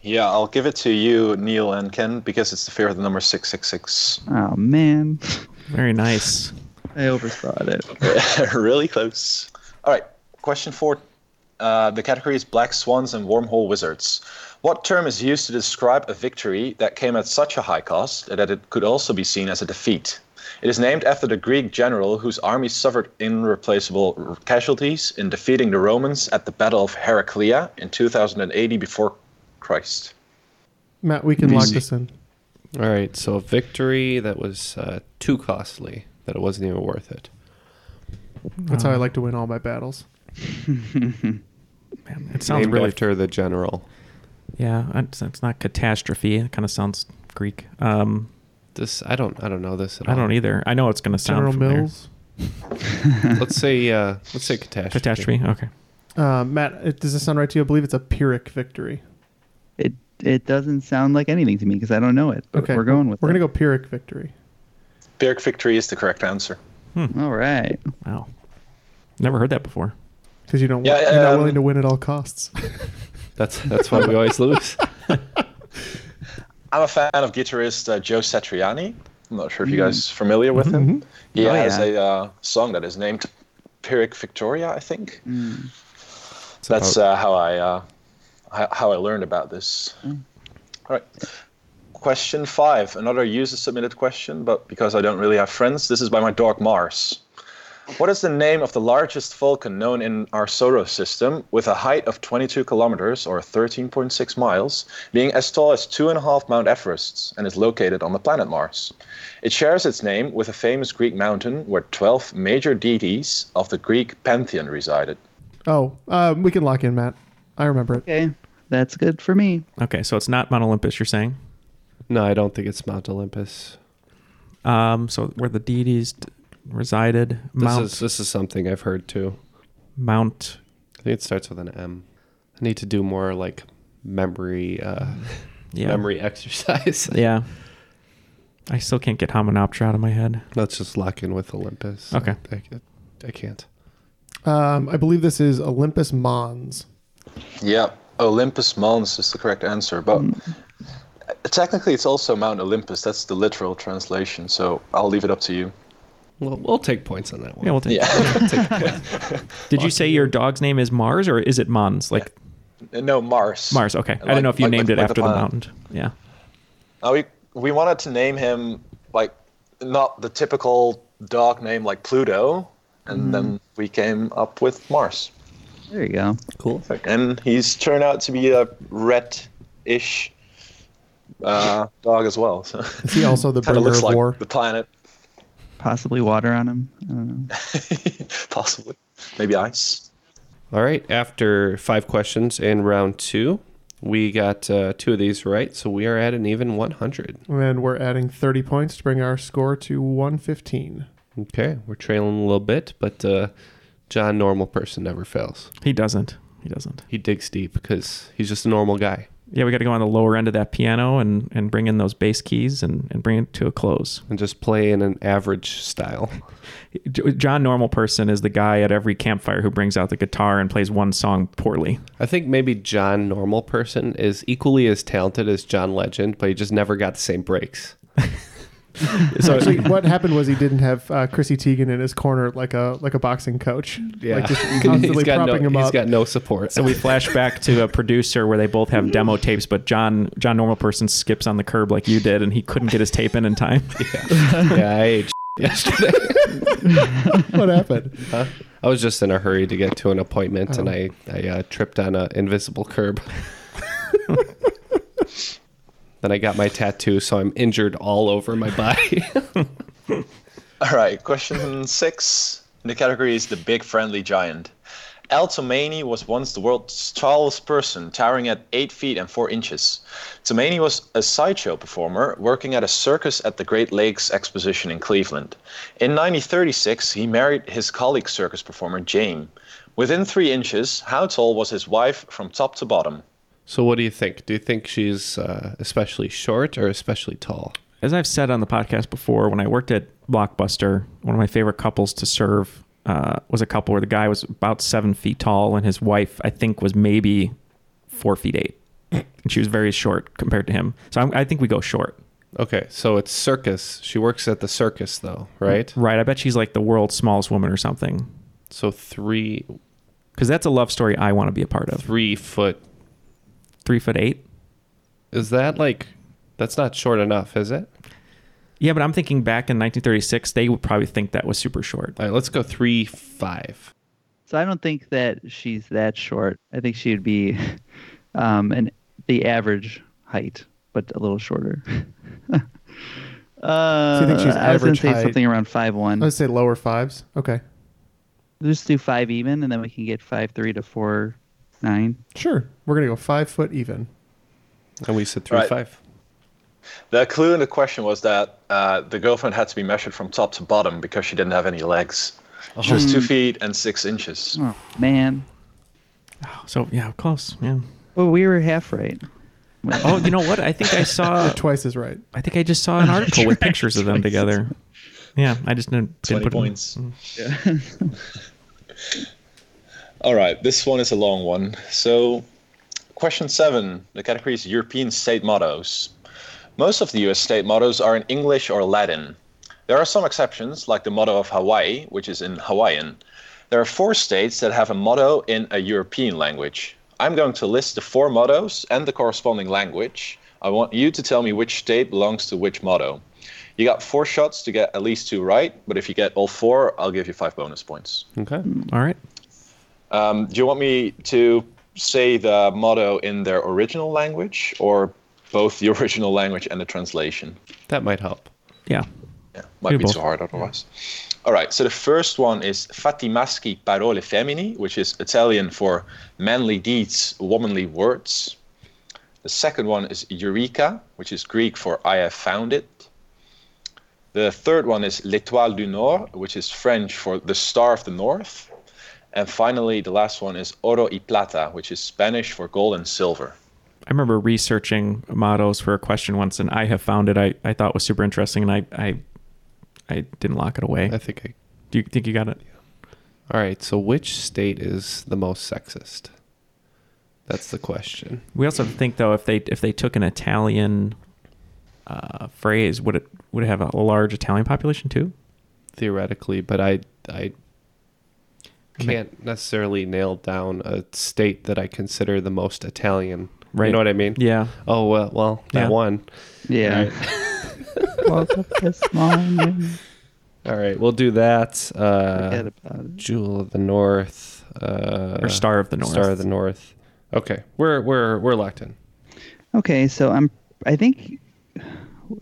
S6: Yeah, I'll give it to you, Neil and Ken, because it's the fear of the number 666.
S3: Oh man,
S2: Very nice.
S3: I overthought it.
S6: really close. All right, question four. Uh, the category is Black Swans and Wormhole Wizards. What term is used to describe a victory that came at such a high cost that it could also be seen as a defeat? It is named after the Greek general whose army suffered irreplaceable r- casualties in defeating the Romans at the Battle of Heraclea in 2080 before Christ.
S4: Matt, we can lock
S5: Easy.
S4: this in.
S5: All right, so a victory that was uh, too costly that it wasn't even worth it.
S4: That's
S3: Uh.
S4: how I like to win all my battles.
S2: It sounds
S5: Named
S2: really
S5: after the general.
S2: yeah. It's, it's not catastrophe. It kind of sounds Greek. Um,
S5: This I don't I don't know this at
S2: I
S5: all.
S2: don't either. I know it's going to sound
S4: General
S2: familiar.
S4: Mills.
S5: let's say uh, let's say catastrophe.
S2: Catastrophe. Okay.
S4: Uh, Matt, it- does this sound right to you? I believe it's a Pyrrhic victory.
S3: It it doesn't sound like anything to me because I don't know it. but
S4: Okay,
S3: we're going with
S4: We're
S3: it.
S4: gonna go Pyrrhic victory.
S6: Pyrrhic victory is the correct answer.
S3: All right.
S2: Wow. Never heard that before.
S4: Because you don't,
S6: Yeah,
S4: you're not
S6: um,
S4: willing to win at all costs.
S5: That's that's why we always lose.
S6: I'm a fan of guitarist uh, Joe Satriani. I'm not sure if you guys familiar with
S4: Mm-hmm,
S6: him. He
S3: Hmm. Oh,
S6: has
S3: yeah.
S6: a uh, song that is named Pyrrhic Victoria, I think.
S5: about-
S6: That's uh, how I uh, ho- how I learned about this. All right. Question five, another user submitted question, but because I don't really have friends, this is by my dog Mars. What is the name of the largest volcano known in our solar system, with a height of 22 kilometers or 13.6 miles, being as tall as two and a half Mount Everests, and is located on the planet Mars? It shares its name with a famous Greek mountain where 12 major deities of the Greek pantheon resided.
S4: Oh, um, we can lock in, Matt. I remember it.
S3: Okay, that's good for me.
S2: Okay, so it's not Mount Olympus. You're saying?
S5: No, I don't think it's Mount Olympus.
S2: Um, so where the deities d- resided?
S5: This
S2: Mount
S5: is this is something I've heard too.
S2: Mount.
S5: I think it starts with an M. I need to do more like memory uh,
S2: Yeah.
S5: memory exercise.
S2: Yeah. I still can't get Hominoptera out of my head.
S5: Let's just lock in with Olympus.
S2: Okay.
S5: I, I- I can't.
S4: Um, I believe this is Olympus Mons.
S6: Yeah, Olympus Mons is the correct answer, but technically it's also Mount Olympus. That's the literal translation, so I'll leave it up to you.
S5: We'll, we'll take points on that one.
S2: Yeah, we'll take- Did you say your dog's name is Mars or is it Mons? Like
S6: Uh, No, Mars.
S2: Mars. Okay. I
S6: Like-
S2: don't know if you
S6: like-
S2: named
S6: like-
S2: it
S6: like
S2: after the,
S6: planet.
S2: mountain. Yeah.
S6: No, we we wanted to name him like not the typical dog name like Pluto, and then we came up with Mars.
S3: There you go. Cool.
S6: And he's turned out to be a red-ish uh, dog as well. So
S4: Is he also the
S6: Kinda
S4: bringer
S6: looks
S4: of
S6: like
S4: war?
S6: The planet,
S3: Possibly water on him. I don't know.
S6: possibly, maybe ice.
S5: All right. After five questions in round two, we got uh, two of these right, so we are at an even 100.
S4: And we're adding 30 points to bring our score to 115.
S5: Okay, we're trailing a little bit, but uh, John, normal person, never fails.
S2: He doesn't. He doesn't.
S5: He digs deep because he's just a normal guy.
S2: Yeah, we got to go on the lower end of that piano and, and bring in those bass keys and, and bring it to a close.
S5: And just play in an average style.
S2: John Normal Person is the guy at every campfire who brings out the guitar and plays one song poorly.
S5: I think maybe John, normal person, is equally as talented as John Legend, but he just never got the same breaks.
S4: So actually, what happened was he didn't have uh, Chrissy Teigen in his corner like a like a boxing coach. like just constantly
S5: he's got
S4: propping
S5: no,
S4: him
S5: he's
S4: up.
S5: got no support.
S2: So we flash back to a producer where they both have demo
S4: Mm-hmm.
S2: tapes, but John John Normal Person skips on the curb like you did, and he couldn't get his tape in in time.
S5: yeah, I ate yesterday.
S4: what happened?
S5: Huh? I was just in a hurry to get to an appointment, and I I uh, tripped on an invisible curb. then I got my tattoo, so I'm injured all over my body.
S6: All right, question six. The category is the big friendly giant. Altomani was once the world's tallest person, towering at 8 feet and 4 inches. Tomani was a sideshow performer working at a circus at the Great Lakes Exposition in Cleveland. In 1936, he married his colleague circus performer Jane. Within 3 inches, how tall was his wife from top to bottom?
S5: so, what do you think? Do you think she's uh, especially short or especially tall?
S2: As I've said on the podcast before, when I worked at Blockbuster, one of my favorite couples to serve uh, was a couple where the guy was about seven feet tall and his wife, I think, was maybe four feet eight. And she was very short compared to him. So I'm, I think we go short.
S5: Okay, so it's circus. She works at the circus, though, right?
S2: Right. I bet she's like the world's smallest woman or something.
S5: So three,
S2: Because that's a love story I want to be a part of.
S5: three foot.
S2: Three foot eight.
S5: Is that like? That's not short enough, is it?
S2: Yeah, but I'm thinking back in 1936, they would probably think that was super short.
S5: All right, let's go three five.
S3: So I don't think that she's that short. I think she'd be um, an the average height, but a little shorter. uh,
S4: So you think she's
S3: I was gonna
S4: average
S3: say
S4: height?
S3: something around five
S4: I
S3: one.
S4: would say lower fives. Okay.
S3: Let's do five even, and then we can get five three to four nine.
S4: Sure. We're going to go five foot even.
S5: And we said
S6: three Right. five. The clue in the question was that uh, the girlfriend had to be measured from top to bottom because she didn't have any legs. She was
S3: Oh.
S6: two feet and six inches.
S3: Oh man.
S2: So yeah, close. Yeah.
S3: Well, we were half right.
S2: Oh, you know what? I think I saw.
S4: Twice as right.
S2: I think I just saw Oh, an article with pictures of them together. Yeah, I just didn't, didn't
S6: 20
S2: put
S6: points.
S5: Mm.
S2: Them.
S6: All right, this one is a long one. So, question seven the category is European state mottos. Most of the US state mottos are in English or Latin. There are some exceptions, like the motto of Hawaii, which is in Hawaiian. There are four states that have a motto in a European language. I'm going to list the four mottos and the corresponding language. I want you to tell me which state belongs to which motto. You got four shots to get at least two right, but if you get all four, I'll give you five bonus points.
S5: Okay.
S2: All right.
S6: Um, do you want me to say the motto in their original language, or both the original language and the translation?
S5: That might help.
S2: Yeah.
S6: Might
S2: Do
S6: be
S2: both.
S6: too hard otherwise. All right, so the first one is Fatimaschi Parole Femmini, which is Italian for manly deeds, womanly words. The second one is Eureka, which is Greek for I have found it. The third one is L'Étoile du Nord, which is French for the Star of the North. And finally, the last one is Oro y Plata, which is Spanish for gold and silver.
S2: I remember researching mottos for a question once, and I have found it. I, I thought was super interesting, and I, I I didn't lock it away.
S5: I think I.
S2: Do you think you got it?
S5: All right. So which state is the most sexist? That's the question.
S2: We also have to think though if they if they took an Italian uh, phrase, would it would it have a large Italian population too?
S5: Theoretically, but I I can't necessarily nail down a state that I consider the most Italian.
S2: Right.
S5: You know what I mean?
S2: Yeah.
S5: Oh well, well that
S2: Yeah.
S5: one.
S3: Yeah.
S5: All right, we'll do that.
S3: Forget
S5: Uh,
S3: about
S5: Jewel of the North, uh,
S2: Or Star of the
S5: Star
S2: North.
S5: of the North. Okay, we're we're we're locked in.
S3: Okay, so I'm. I think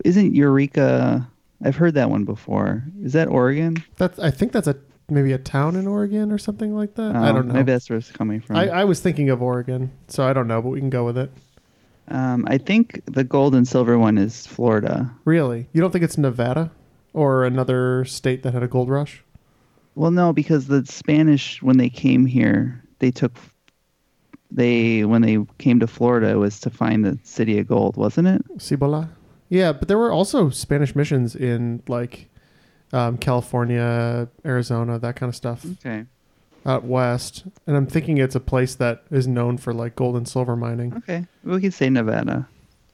S3: isn't Eureka? I've heard that one before. Is that Oregon?
S4: That's. I think that's a maybe a town in Oregon or something like that. I
S3: Um,
S4: don't know.
S3: Maybe that's where it's coming from.
S4: I, I was thinking of Oregon, so I don't know, but we can go with it.
S3: um, I think the gold and silver one is Florida.
S4: Really, you don't think it's Nevada or another state that had a gold rush?
S3: Well, no, because the Spanish when they came here, they took they when they came to Florida it was to find the city of gold, wasn't it?
S4: Cibola. Yeah, but there were also Spanish missions in like um, California, Arizona, that kind of stuff.
S3: Okay.
S4: Out west, and I'm thinking it's a place that is known for like gold and silver mining.
S3: Okay, we can say Nevada.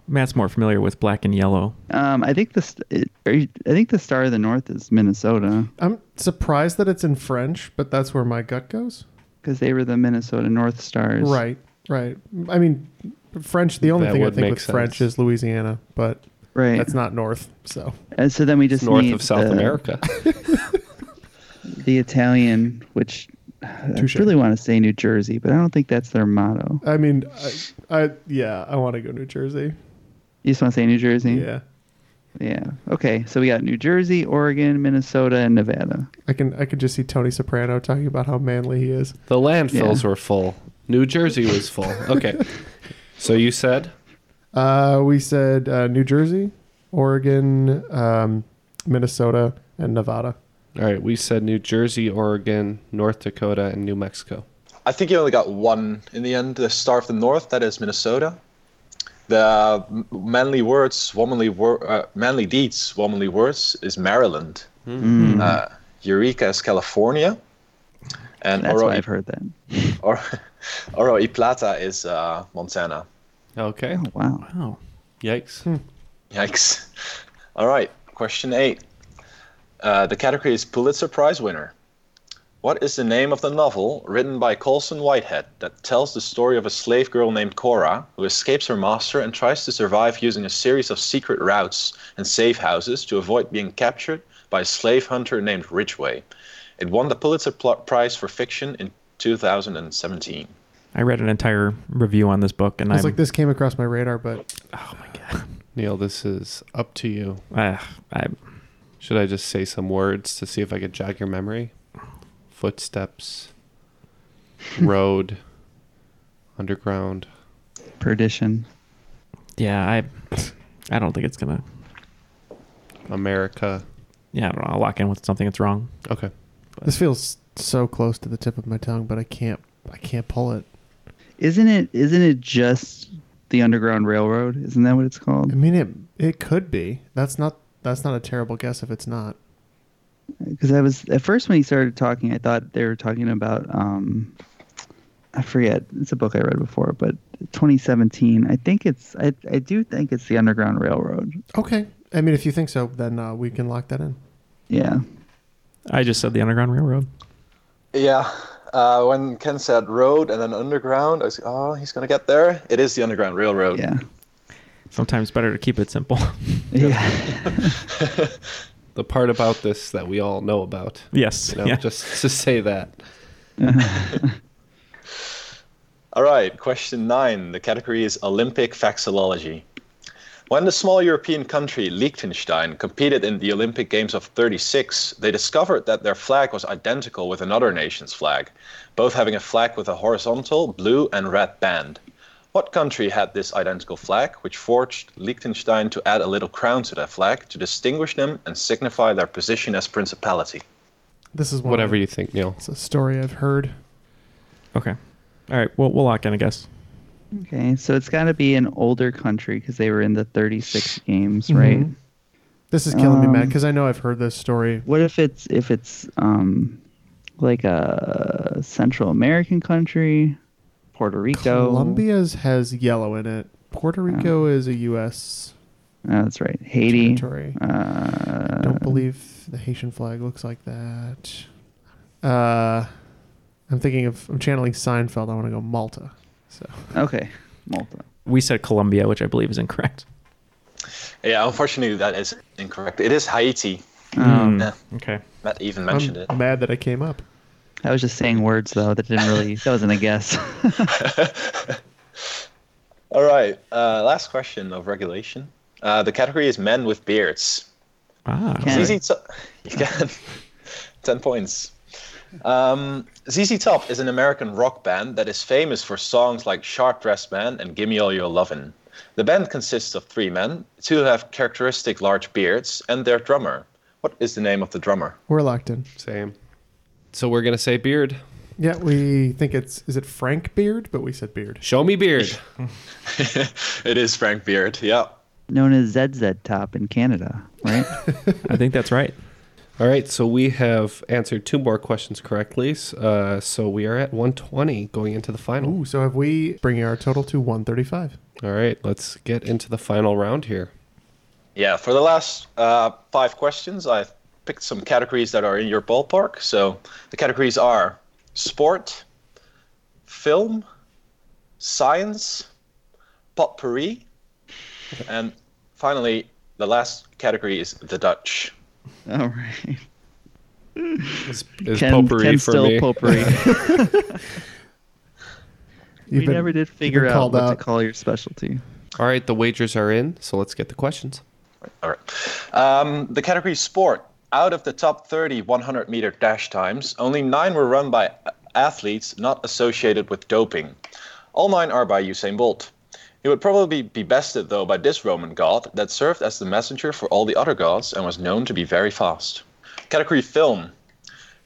S2: Matt's more familiar with black and yellow.
S3: Um, I think the st- it- are you- I think the Star of the North is Minnesota
S4: I'm surprised that it's in French, but that's where my gut goes.
S3: because they were the Minnesota North Stars.
S4: Right, right. I mean, French. The only
S3: That
S4: thing I
S3: would
S4: think
S3: make
S4: with French
S3: sense.
S4: is Louisiana, but
S3: Right.
S4: that's not north. So
S3: And so then we just
S5: north
S3: need
S5: of South
S3: the-
S5: America.
S3: the Italian, which
S4: Touche.
S3: I really want to say New Jersey, but I don't think that's their motto.
S4: I mean, I, I yeah, I want to go New Jersey.
S3: You just want to say New Jersey?
S4: Yeah.
S3: Yeah. Okay. So we got New Jersey, Oregon, Minnesota, and Nevada.
S4: I can I can just see Tony Soprano talking about how manly he is.
S5: The landfills
S4: Yeah.
S5: were full. New Jersey was full. Okay. so you said
S4: Uh, we said uh, New Jersey, Oregon, um, Minnesota, and Nevada.
S5: all right. We said New Jersey, Oregon, North Dakota, and New Mexico.
S6: I think you only got one in the end. The Star of the North, that is Minnesota. The m- manly words, womanly wor- uh, manly deeds, womanly words is Maryland.
S3: Hmm.
S6: Uh, Eureka is California, and
S3: That's
S6: Oro,
S3: why I've heard that.
S6: Oro, Oro y Plata is uh, Montana.
S5: Okay.
S3: Oh, Wow.
S2: Wow.
S5: Yikes.
S4: Hmm.
S6: Yikes! All right, question eight. Uh, the category is Pulitzer Prize winner. What is the name of the novel written by Colson Whitehead that tells the story of a slave girl named Cora who escapes her master and tries to survive using a series of secret routes and safe houses to avoid being captured by a slave hunter named Ridgway? It won the Pulitzer Pl- Prize for Fiction in 2017.
S2: I read an entire review on this book, and
S4: I
S2: I'm
S4: was like, this came across my radar, but
S5: Neil, this is up to you.
S2: Uh, I
S5: should I just say some words to see if I could jog your memory? Footsteps, road, underground.
S3: Perdition.
S2: yeah, I I don't think it's gonna.
S5: America.
S2: Yeah, I don't know. I'll lock in with something that's wrong.
S5: Okay.
S4: this feels so close to the tip of my tongue, but I can't I can't pull it.
S3: Isn't it? Isn't it just the Underground Railroad? Isn't that what it's called?
S4: I mean, it it could be. That's not that's not a terrible guess if it's not.
S3: because I was at first when he started talking, I thought they were talking about um, I forget it's a book I read before, but 2017. I think it's I I do think it's the Underground Railroad.
S4: Okay. I mean, if you think so, then uh, we can lock that in.
S3: Yeah,
S2: I just said the Underground Railroad.
S6: Yeah. Uh, when Ken said road and then underground, I was oh, he's going to get there. It is the Underground Railroad.
S3: Yeah.
S2: Sometimes better to keep it simple.
S5: the part about this that we all know about.
S2: Yes,
S5: You know,
S2: yeah.
S5: Just to say that.
S6: All right, question nine. The category is Olympic vexillology. When the small European country Liechtenstein competed in the Olympic Games of 36, they discovered that their flag was identical with another nation's flag, both having a flag with a horizontal, blue, and red band. What country had this identical flag, which forged Liechtenstein to add a little crown to their flag to distinguish them and signify their position as principality?
S4: This is one
S5: Whatever you think, Neil.
S4: It's a story I've heard.
S2: Okay. All right. We'll, we'll lock in, I guess.
S3: Okay, so it's got to be an older country because they were in the 36 games, right?
S4: Mhm. This is killing me, Matt,
S3: Um,
S4: because I know I've heard this story.
S3: What if it's if it's um like a Central American country, Puerto Rico?
S4: Colombia's has yellow in it. Puerto Rico is a U.S.
S3: No, Oh, that's right. Haiti.
S4: Territory.
S3: Uh,
S4: don't believe the Haitian flag looks like that. Uh, I'm thinking of I'm channeling Seinfeld. I want to go Malta. So
S6: Oh.
S3: okay, Malta.
S2: We said Colombia, which I believe is incorrect.
S6: Yeah, unfortunately, that is incorrect. It is Haiti.
S3: Um,
S6: Yeah,
S2: Okay.
S6: Matt even mentioned it.
S4: I'm mad that I came up.
S3: I was just saying words though. That didn't really. That wasn't a guess.
S6: All right. Uh, last question of regulation. Uh, the category is men with beards.
S2: Ah.
S6: ZZ Top. You can. 10 points. Um, ZZ Top is an American rock band that is famous for songs like Sharp Dressed Man and Gimme All Your Lovin'. The band consists of three men, two have characteristic large beards, and their drummer. What is the name of the drummer?
S4: We're locked in.
S5: Same. So we're gonna say beard.
S4: Yeah, we think it's is it Frank Beard, but we said Beard.
S5: Show me beard.
S6: it is Frank Beard, yeah.
S3: Known as ZZ Top in Canada, right?
S2: I think that's right.
S5: All right, so we have answered two more questions correctly. s- Uh, so we are at 120 going into the final.
S4: Ooh, so have we bringing our total to 135?
S5: All right, let's get into the final round here.
S6: Yeah, for the last uh, five questions, I've picked some categories that are in your ballpark. So the categories are sport, film, science, potpourri, and finally, the last category is the Dutch.
S3: All right.
S5: Is, is
S3: Ken-
S5: potpourri
S3: Ken's
S5: for
S3: still
S5: me?
S3: potpourri.
S4: You've
S3: we
S4: been-
S3: never did
S4: you've been
S3: figure out
S4: called
S3: what
S4: out.
S3: to call your specialty.
S5: All right, the wagers are in, so let's get the questions.
S6: All right. Um, the category sport. Out of the top 30 100 meter dash times, only nine were run by a- athletes not associated with doping. All nine are by Usain Bolt. He would probably be bested, though, by this Roman god that served as the messenger for all the other gods and was known to be very fast. Category film.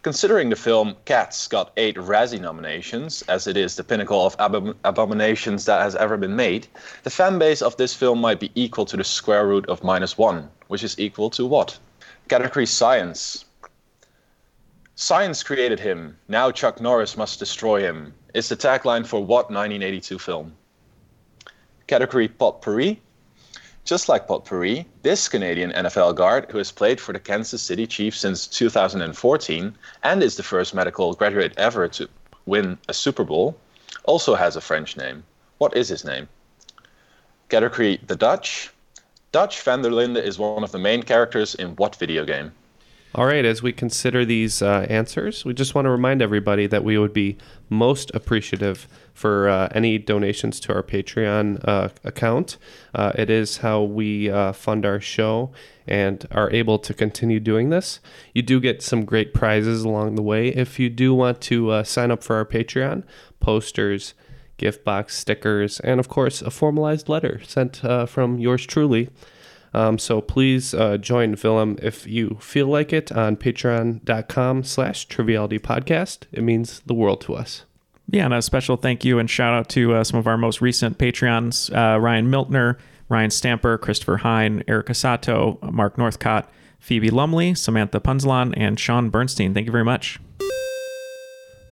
S6: Considering the film Cats got eight Razzie nominations, as it is the pinnacle of abom- abominations that has ever been made, the fan base of this film might be equal to the square root of minus one, which is equal to what? Category Science. Science created him. Now Chuck Norris must destroy him. Is the tagline for what 1982 film? Category Potpourri. Just like Potpourri, this Canadian NFL guard, who has played for the Kansas City Chiefs since 2014 and is the first medical graduate ever to win a Super Bowl, also has a French name. What is his name? Category The Dutch. Dutch van der Linde is one of the main characters in what video game?
S5: All right, as we consider these uh, answers, we just want to remind everybody that we would be most appreciative for uh, any donations to our Patreon uh, account. Uh, it is how we uh, fund our show and are able to continue doing this. You do get some great prizes along the way. If you do want to uh, sign up for our Patreon, posters, gift box stickers, and of course, a formalized letter sent uh, from yours truly. Um, so please uh, join Willem if you feel like it on patreon.com slash triviality podcast. It means the world to us.
S2: Yeah, and a special thank you and shout out to uh, some of our most recent Patreons uh, Ryan Miltner, Ryan Stamper, Christopher Hine, Erica Sato, Mark Northcott, Phoebe Lumley, Samantha Punzlon, and Sean Bernstein. Thank you very much.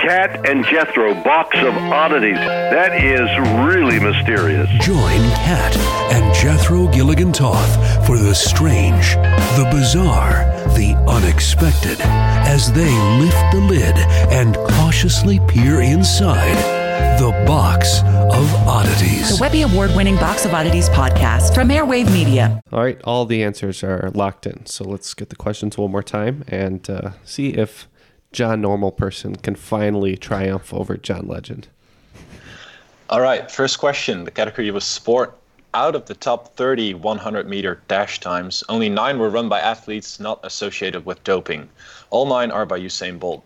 S9: Cat and Jethro Box of Oddities. That is really mysterious.
S10: Join Kat and Jethro Gilligan Toth for the strange, the bizarre, the unexpected as they lift the lid and cautiously peer inside the box of oddities.
S11: The Webby Award winning Box of Oddities podcast from Airwave Media.
S5: All right, all the answers are locked in. So let's get the questions one more time and uh, see if John Normal Person can finally triumph over John Legend.
S6: All right, first question. The category was sport. Out of the top 30 100 meter dash times, only nine were run by athletes not associated with doping. All nine are by Usain Bolt.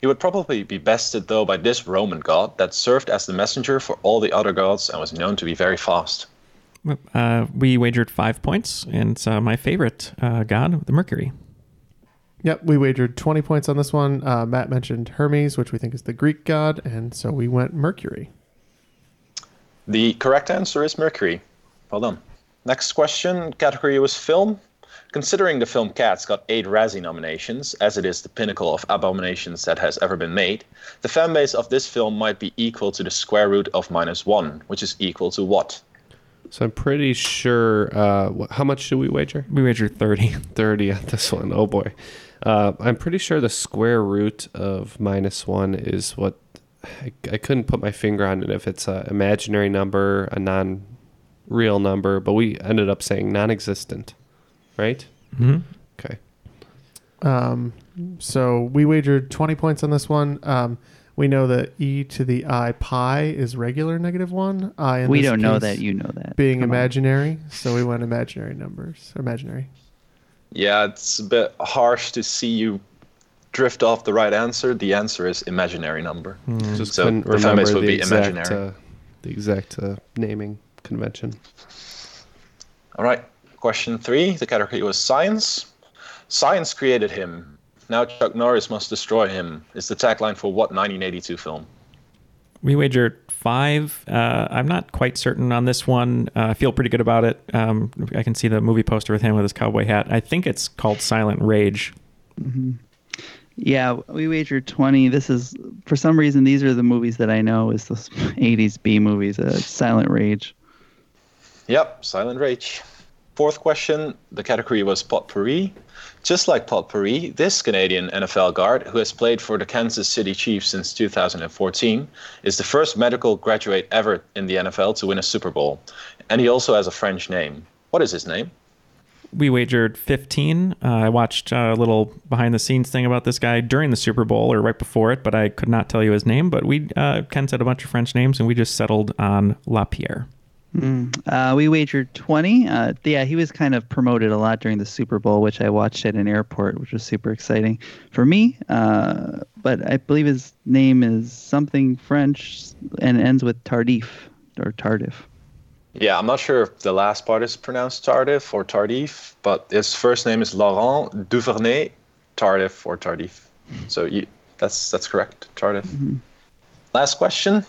S6: He would probably be bested, though, by this Roman god that served as the messenger for all the other gods and was known to be very fast.
S2: Uh, we wagered five points, and it's uh, my favorite uh, god, the Mercury.
S4: Yep, we wagered 20 points on this one. Uh, Matt mentioned Hermes, which we think is the Greek god, and so we went Mercury.
S6: The correct answer is Mercury. Well done. Next question category was film. Considering the film Cats got eight Razzie nominations, as it is the pinnacle of abominations that has ever been made, the fan base of this film might be equal to the square root of minus one, which is equal to what?
S5: So I'm pretty sure. Uh, wh- how much do we wager?
S2: We wager 30.
S5: 30 on this one. Oh boy. Uh, I'm pretty sure the square root of minus one is what I, I couldn't put my finger on it if it's an imaginary number, a non real number, but we ended up saying non existent, right?
S2: Mhm.
S5: Okay.
S4: Um, so we wagered 20 points on this one. Um, we know that e to the i pi is regular negative one. I in
S3: We
S4: this
S3: don't know
S4: case
S3: that, you know that.
S4: Being
S3: Come on.
S4: imaginary, so we went imaginary numbers, imaginary.
S6: Yeah, it's a bit harsh to see you drift off the right answer. The answer is imaginary number.
S2: Hmm.
S5: Just
S6: so
S5: couldn't
S6: the fan base
S5: remember
S6: would
S5: the
S6: be
S5: exact,
S6: imaginary.
S5: uh, the exact uh, naming convention.
S6: All right. Question three. The category was science. Science created him. Now Chuck Norris must destroy him. Is the tagline for what 1982 film?
S2: We wagered five. Uh, I'm not quite certain on this one. Uh, I feel pretty good about it. Um, I can see the movie poster with him with his cowboy hat. I think it's called Silent Rage.
S3: Mhm. Yeah, we wagered 20. This is, for some reason, these are the movies that I know is the 80s B movies, uh, Silent Rage.
S6: Yep, Silent Rage. Fourth question. The category was potpourri. Just like potpourri, this Canadian NFL guard, who has played for the Kansas City Chiefs since 2014, is the first medical graduate ever in the NFL to win a Super Bowl. And he also has a French name. What is his name?
S2: We wagered 15. Uh, I watched uh, a little behind the scenes thing about this guy during the Super Bowl or right before it, but I could not tell you his name. But we, uh, Ken said a bunch of French names, and we just settled on Lapierre.
S3: Mm. Uh, we wagered 20. Uh, yeah, he was kind of promoted a lot during the Super Bowl, which I watched at an airport, which was super exciting for me. Uh, but I believe his name is something French and ends with Tardif or Tardif.
S6: Yeah, I'm not sure if the last part is pronounced Tardif or Tardif, but his first name is Laurent Duvernay Tardif or Tardif. So you, that's that's correct, Tardif. Last question.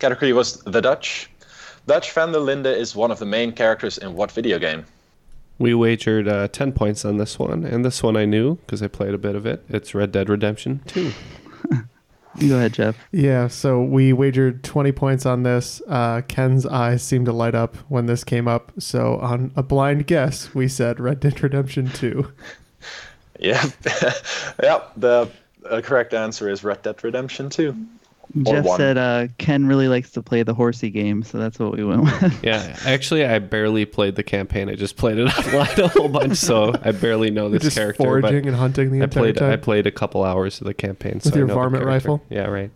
S6: Category was the Dutch. Dutch van der Linde is one of the main characters in what video game?
S5: We wagered uh, 10 points on this one, and this one I knew because I played a bit of it. It's Red Dead Redemption 2.
S3: You Go ahead, Jeff.
S4: Yeah, so we wagered 20 points on this. Uh, Ken's eyes seemed to light up when this came up. So, on a blind guess, we said Red Dead Redemption 2.
S6: Yeah, yeah. The uh, correct answer is Red Dead Redemption 2. Or
S3: Jeff
S6: one.
S3: said uh, Ken really likes to play the horsey game, so that's what we went with.
S5: Yeah, actually, I barely played the campaign. I just played it offline a whole bunch, so I barely know this
S4: Just
S5: character.
S4: foraging and hunting the
S5: I
S4: entire
S5: played,
S4: time?
S5: I played a couple hours of the campaign.
S4: With
S5: so I
S4: your
S5: know the
S4: varmint
S5: character.
S4: rifle?
S5: Yeah, right.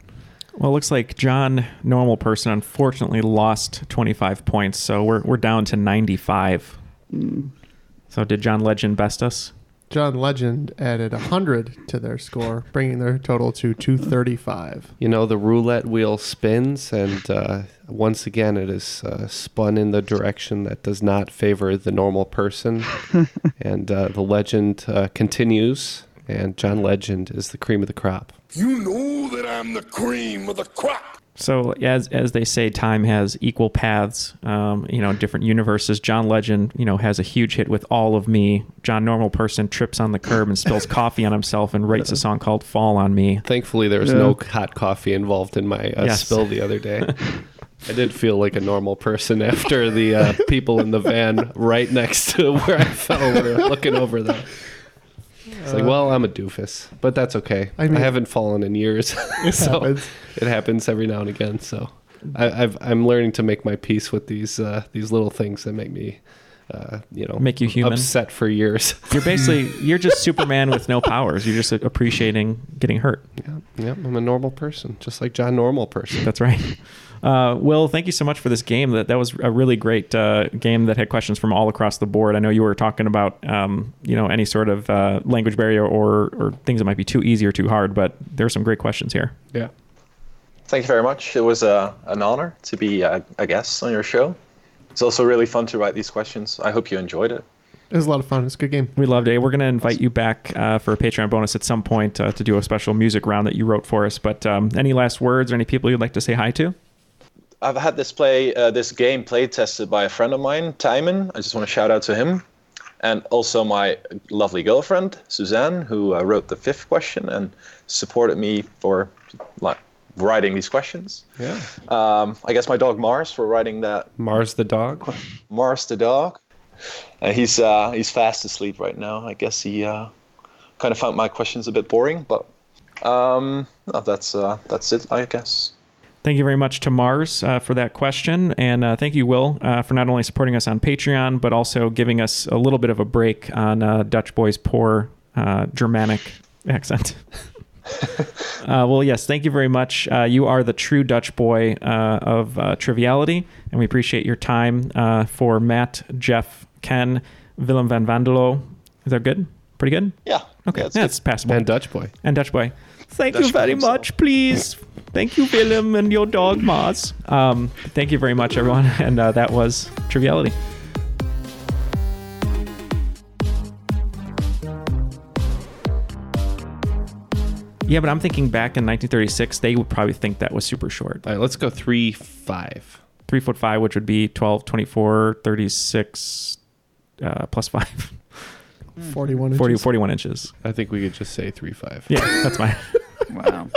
S2: Well, it looks like John, normal person, unfortunately lost 25
S4: Mm.
S2: points, so we're we're down to 95. So did John Legend best us?
S4: John Legend added 100 to their score, bringing their total to 235.
S5: You know, the roulette wheel spins, and uh, once again, it is uh, spun in the direction that does not favor the normal person. and uh, the legend uh, continues, and John Legend is the cream of the crop.
S1: You know that I'm the cream of the crop.
S2: So as as they say, time has equal paths. Um, you know, different universes. John Legend, you know, has a huge hit with "All of Me." John Normal Person trips on the curb and spills coffee on himself and writes a song called "Fall on Me."
S5: Thankfully, there was
S2: Yeah.
S5: no hot coffee involved in my uh,
S2: Yes.
S5: spill the other day. I did feel like a normal person after the uh, people in the van right next to where I fell were looking over them. It's like,
S4: Uh,
S5: well, I'm a doofus, but that's okay. I,
S4: I mean-
S5: haven't fallen in years,
S4: It
S5: so
S4: happens.
S5: it happens every now and again. So I, I've, I'm learning to make my peace with these uh, these little things that make me, uh, you know,
S2: Make you human.
S5: upset for years.
S2: You're basically you're just Superman with no powers. You're just appreciating getting hurt.
S5: Yep, I'm a normal person, just like John Normal Person.
S2: That's right. Uh, Will, thank you so much for this game. That that was a really great uh, game that had questions from all across the board. I know you were talking about um, you know any sort of uh, language barrier or or things that might be too easy or too hard, but there are some great questions here.
S5: Yeah.
S6: Thank you very much. It was uh, an honor to be uh, a guest on your show. It's also really fun to write these questions. I hope you enjoyed it.
S4: It was a lot of fun. It's a good game.
S2: We loved it. We're going to invite you back uh, for a Patreon bonus at some point uh, to do a special music round that you wrote for us. But um, any last words or any people you'd like to say hi to?
S6: I've had this play, uh, this game play tested by a friend of mine, Timon. I just want to shout out to him, and also my lovely girlfriend Suzanne, who uh, wrote the fifth question and supported me for like, writing these questions.
S5: Yeah.
S6: Um, I guess my dog Mars for writing that.
S5: Mars the dog.
S6: Mars the dog. Uh, he's uh, he's fast asleep right now. I guess he uh, kind of found my questions a bit boring, but um, no, that's uh, that's it, I guess.
S2: Thank you very much to Mars uh, for that question. And uh, thank you, Will, uh, for not only supporting us on Patreon, but also giving us a little bit of a break on uh, Dutch Boy's poor uh, Germanic accent. uh, well, yes, thank you very much. Uh, you are the true Dutch Boy uh, of uh, triviality, and we appreciate your time uh, for Matt, Jeff, Ken, Willem van Vandelo. Is that good? Pretty good?
S6: Yeah.
S2: Okay. Yeah, it's, passable.
S5: And Dutch Boy.
S2: And Dutch Boy. Thank
S5: Dutch
S2: you very
S5: Boy himself.
S2: much, please. Thank you, Willem, and your dog, Mars. Um, thank you very much, everyone. And uh, that was Triviality. Yeah, but I'm thinking back in 1936, they would probably think that was super short.
S5: All right, let's go three five.
S2: Three foot five, which would be 12, 24, 36, uh, plus five.
S4: 41
S2: 40,
S4: inches.
S2: 41 inches.
S5: I think we could just say three five.
S2: Yeah, that's mine.
S5: wow.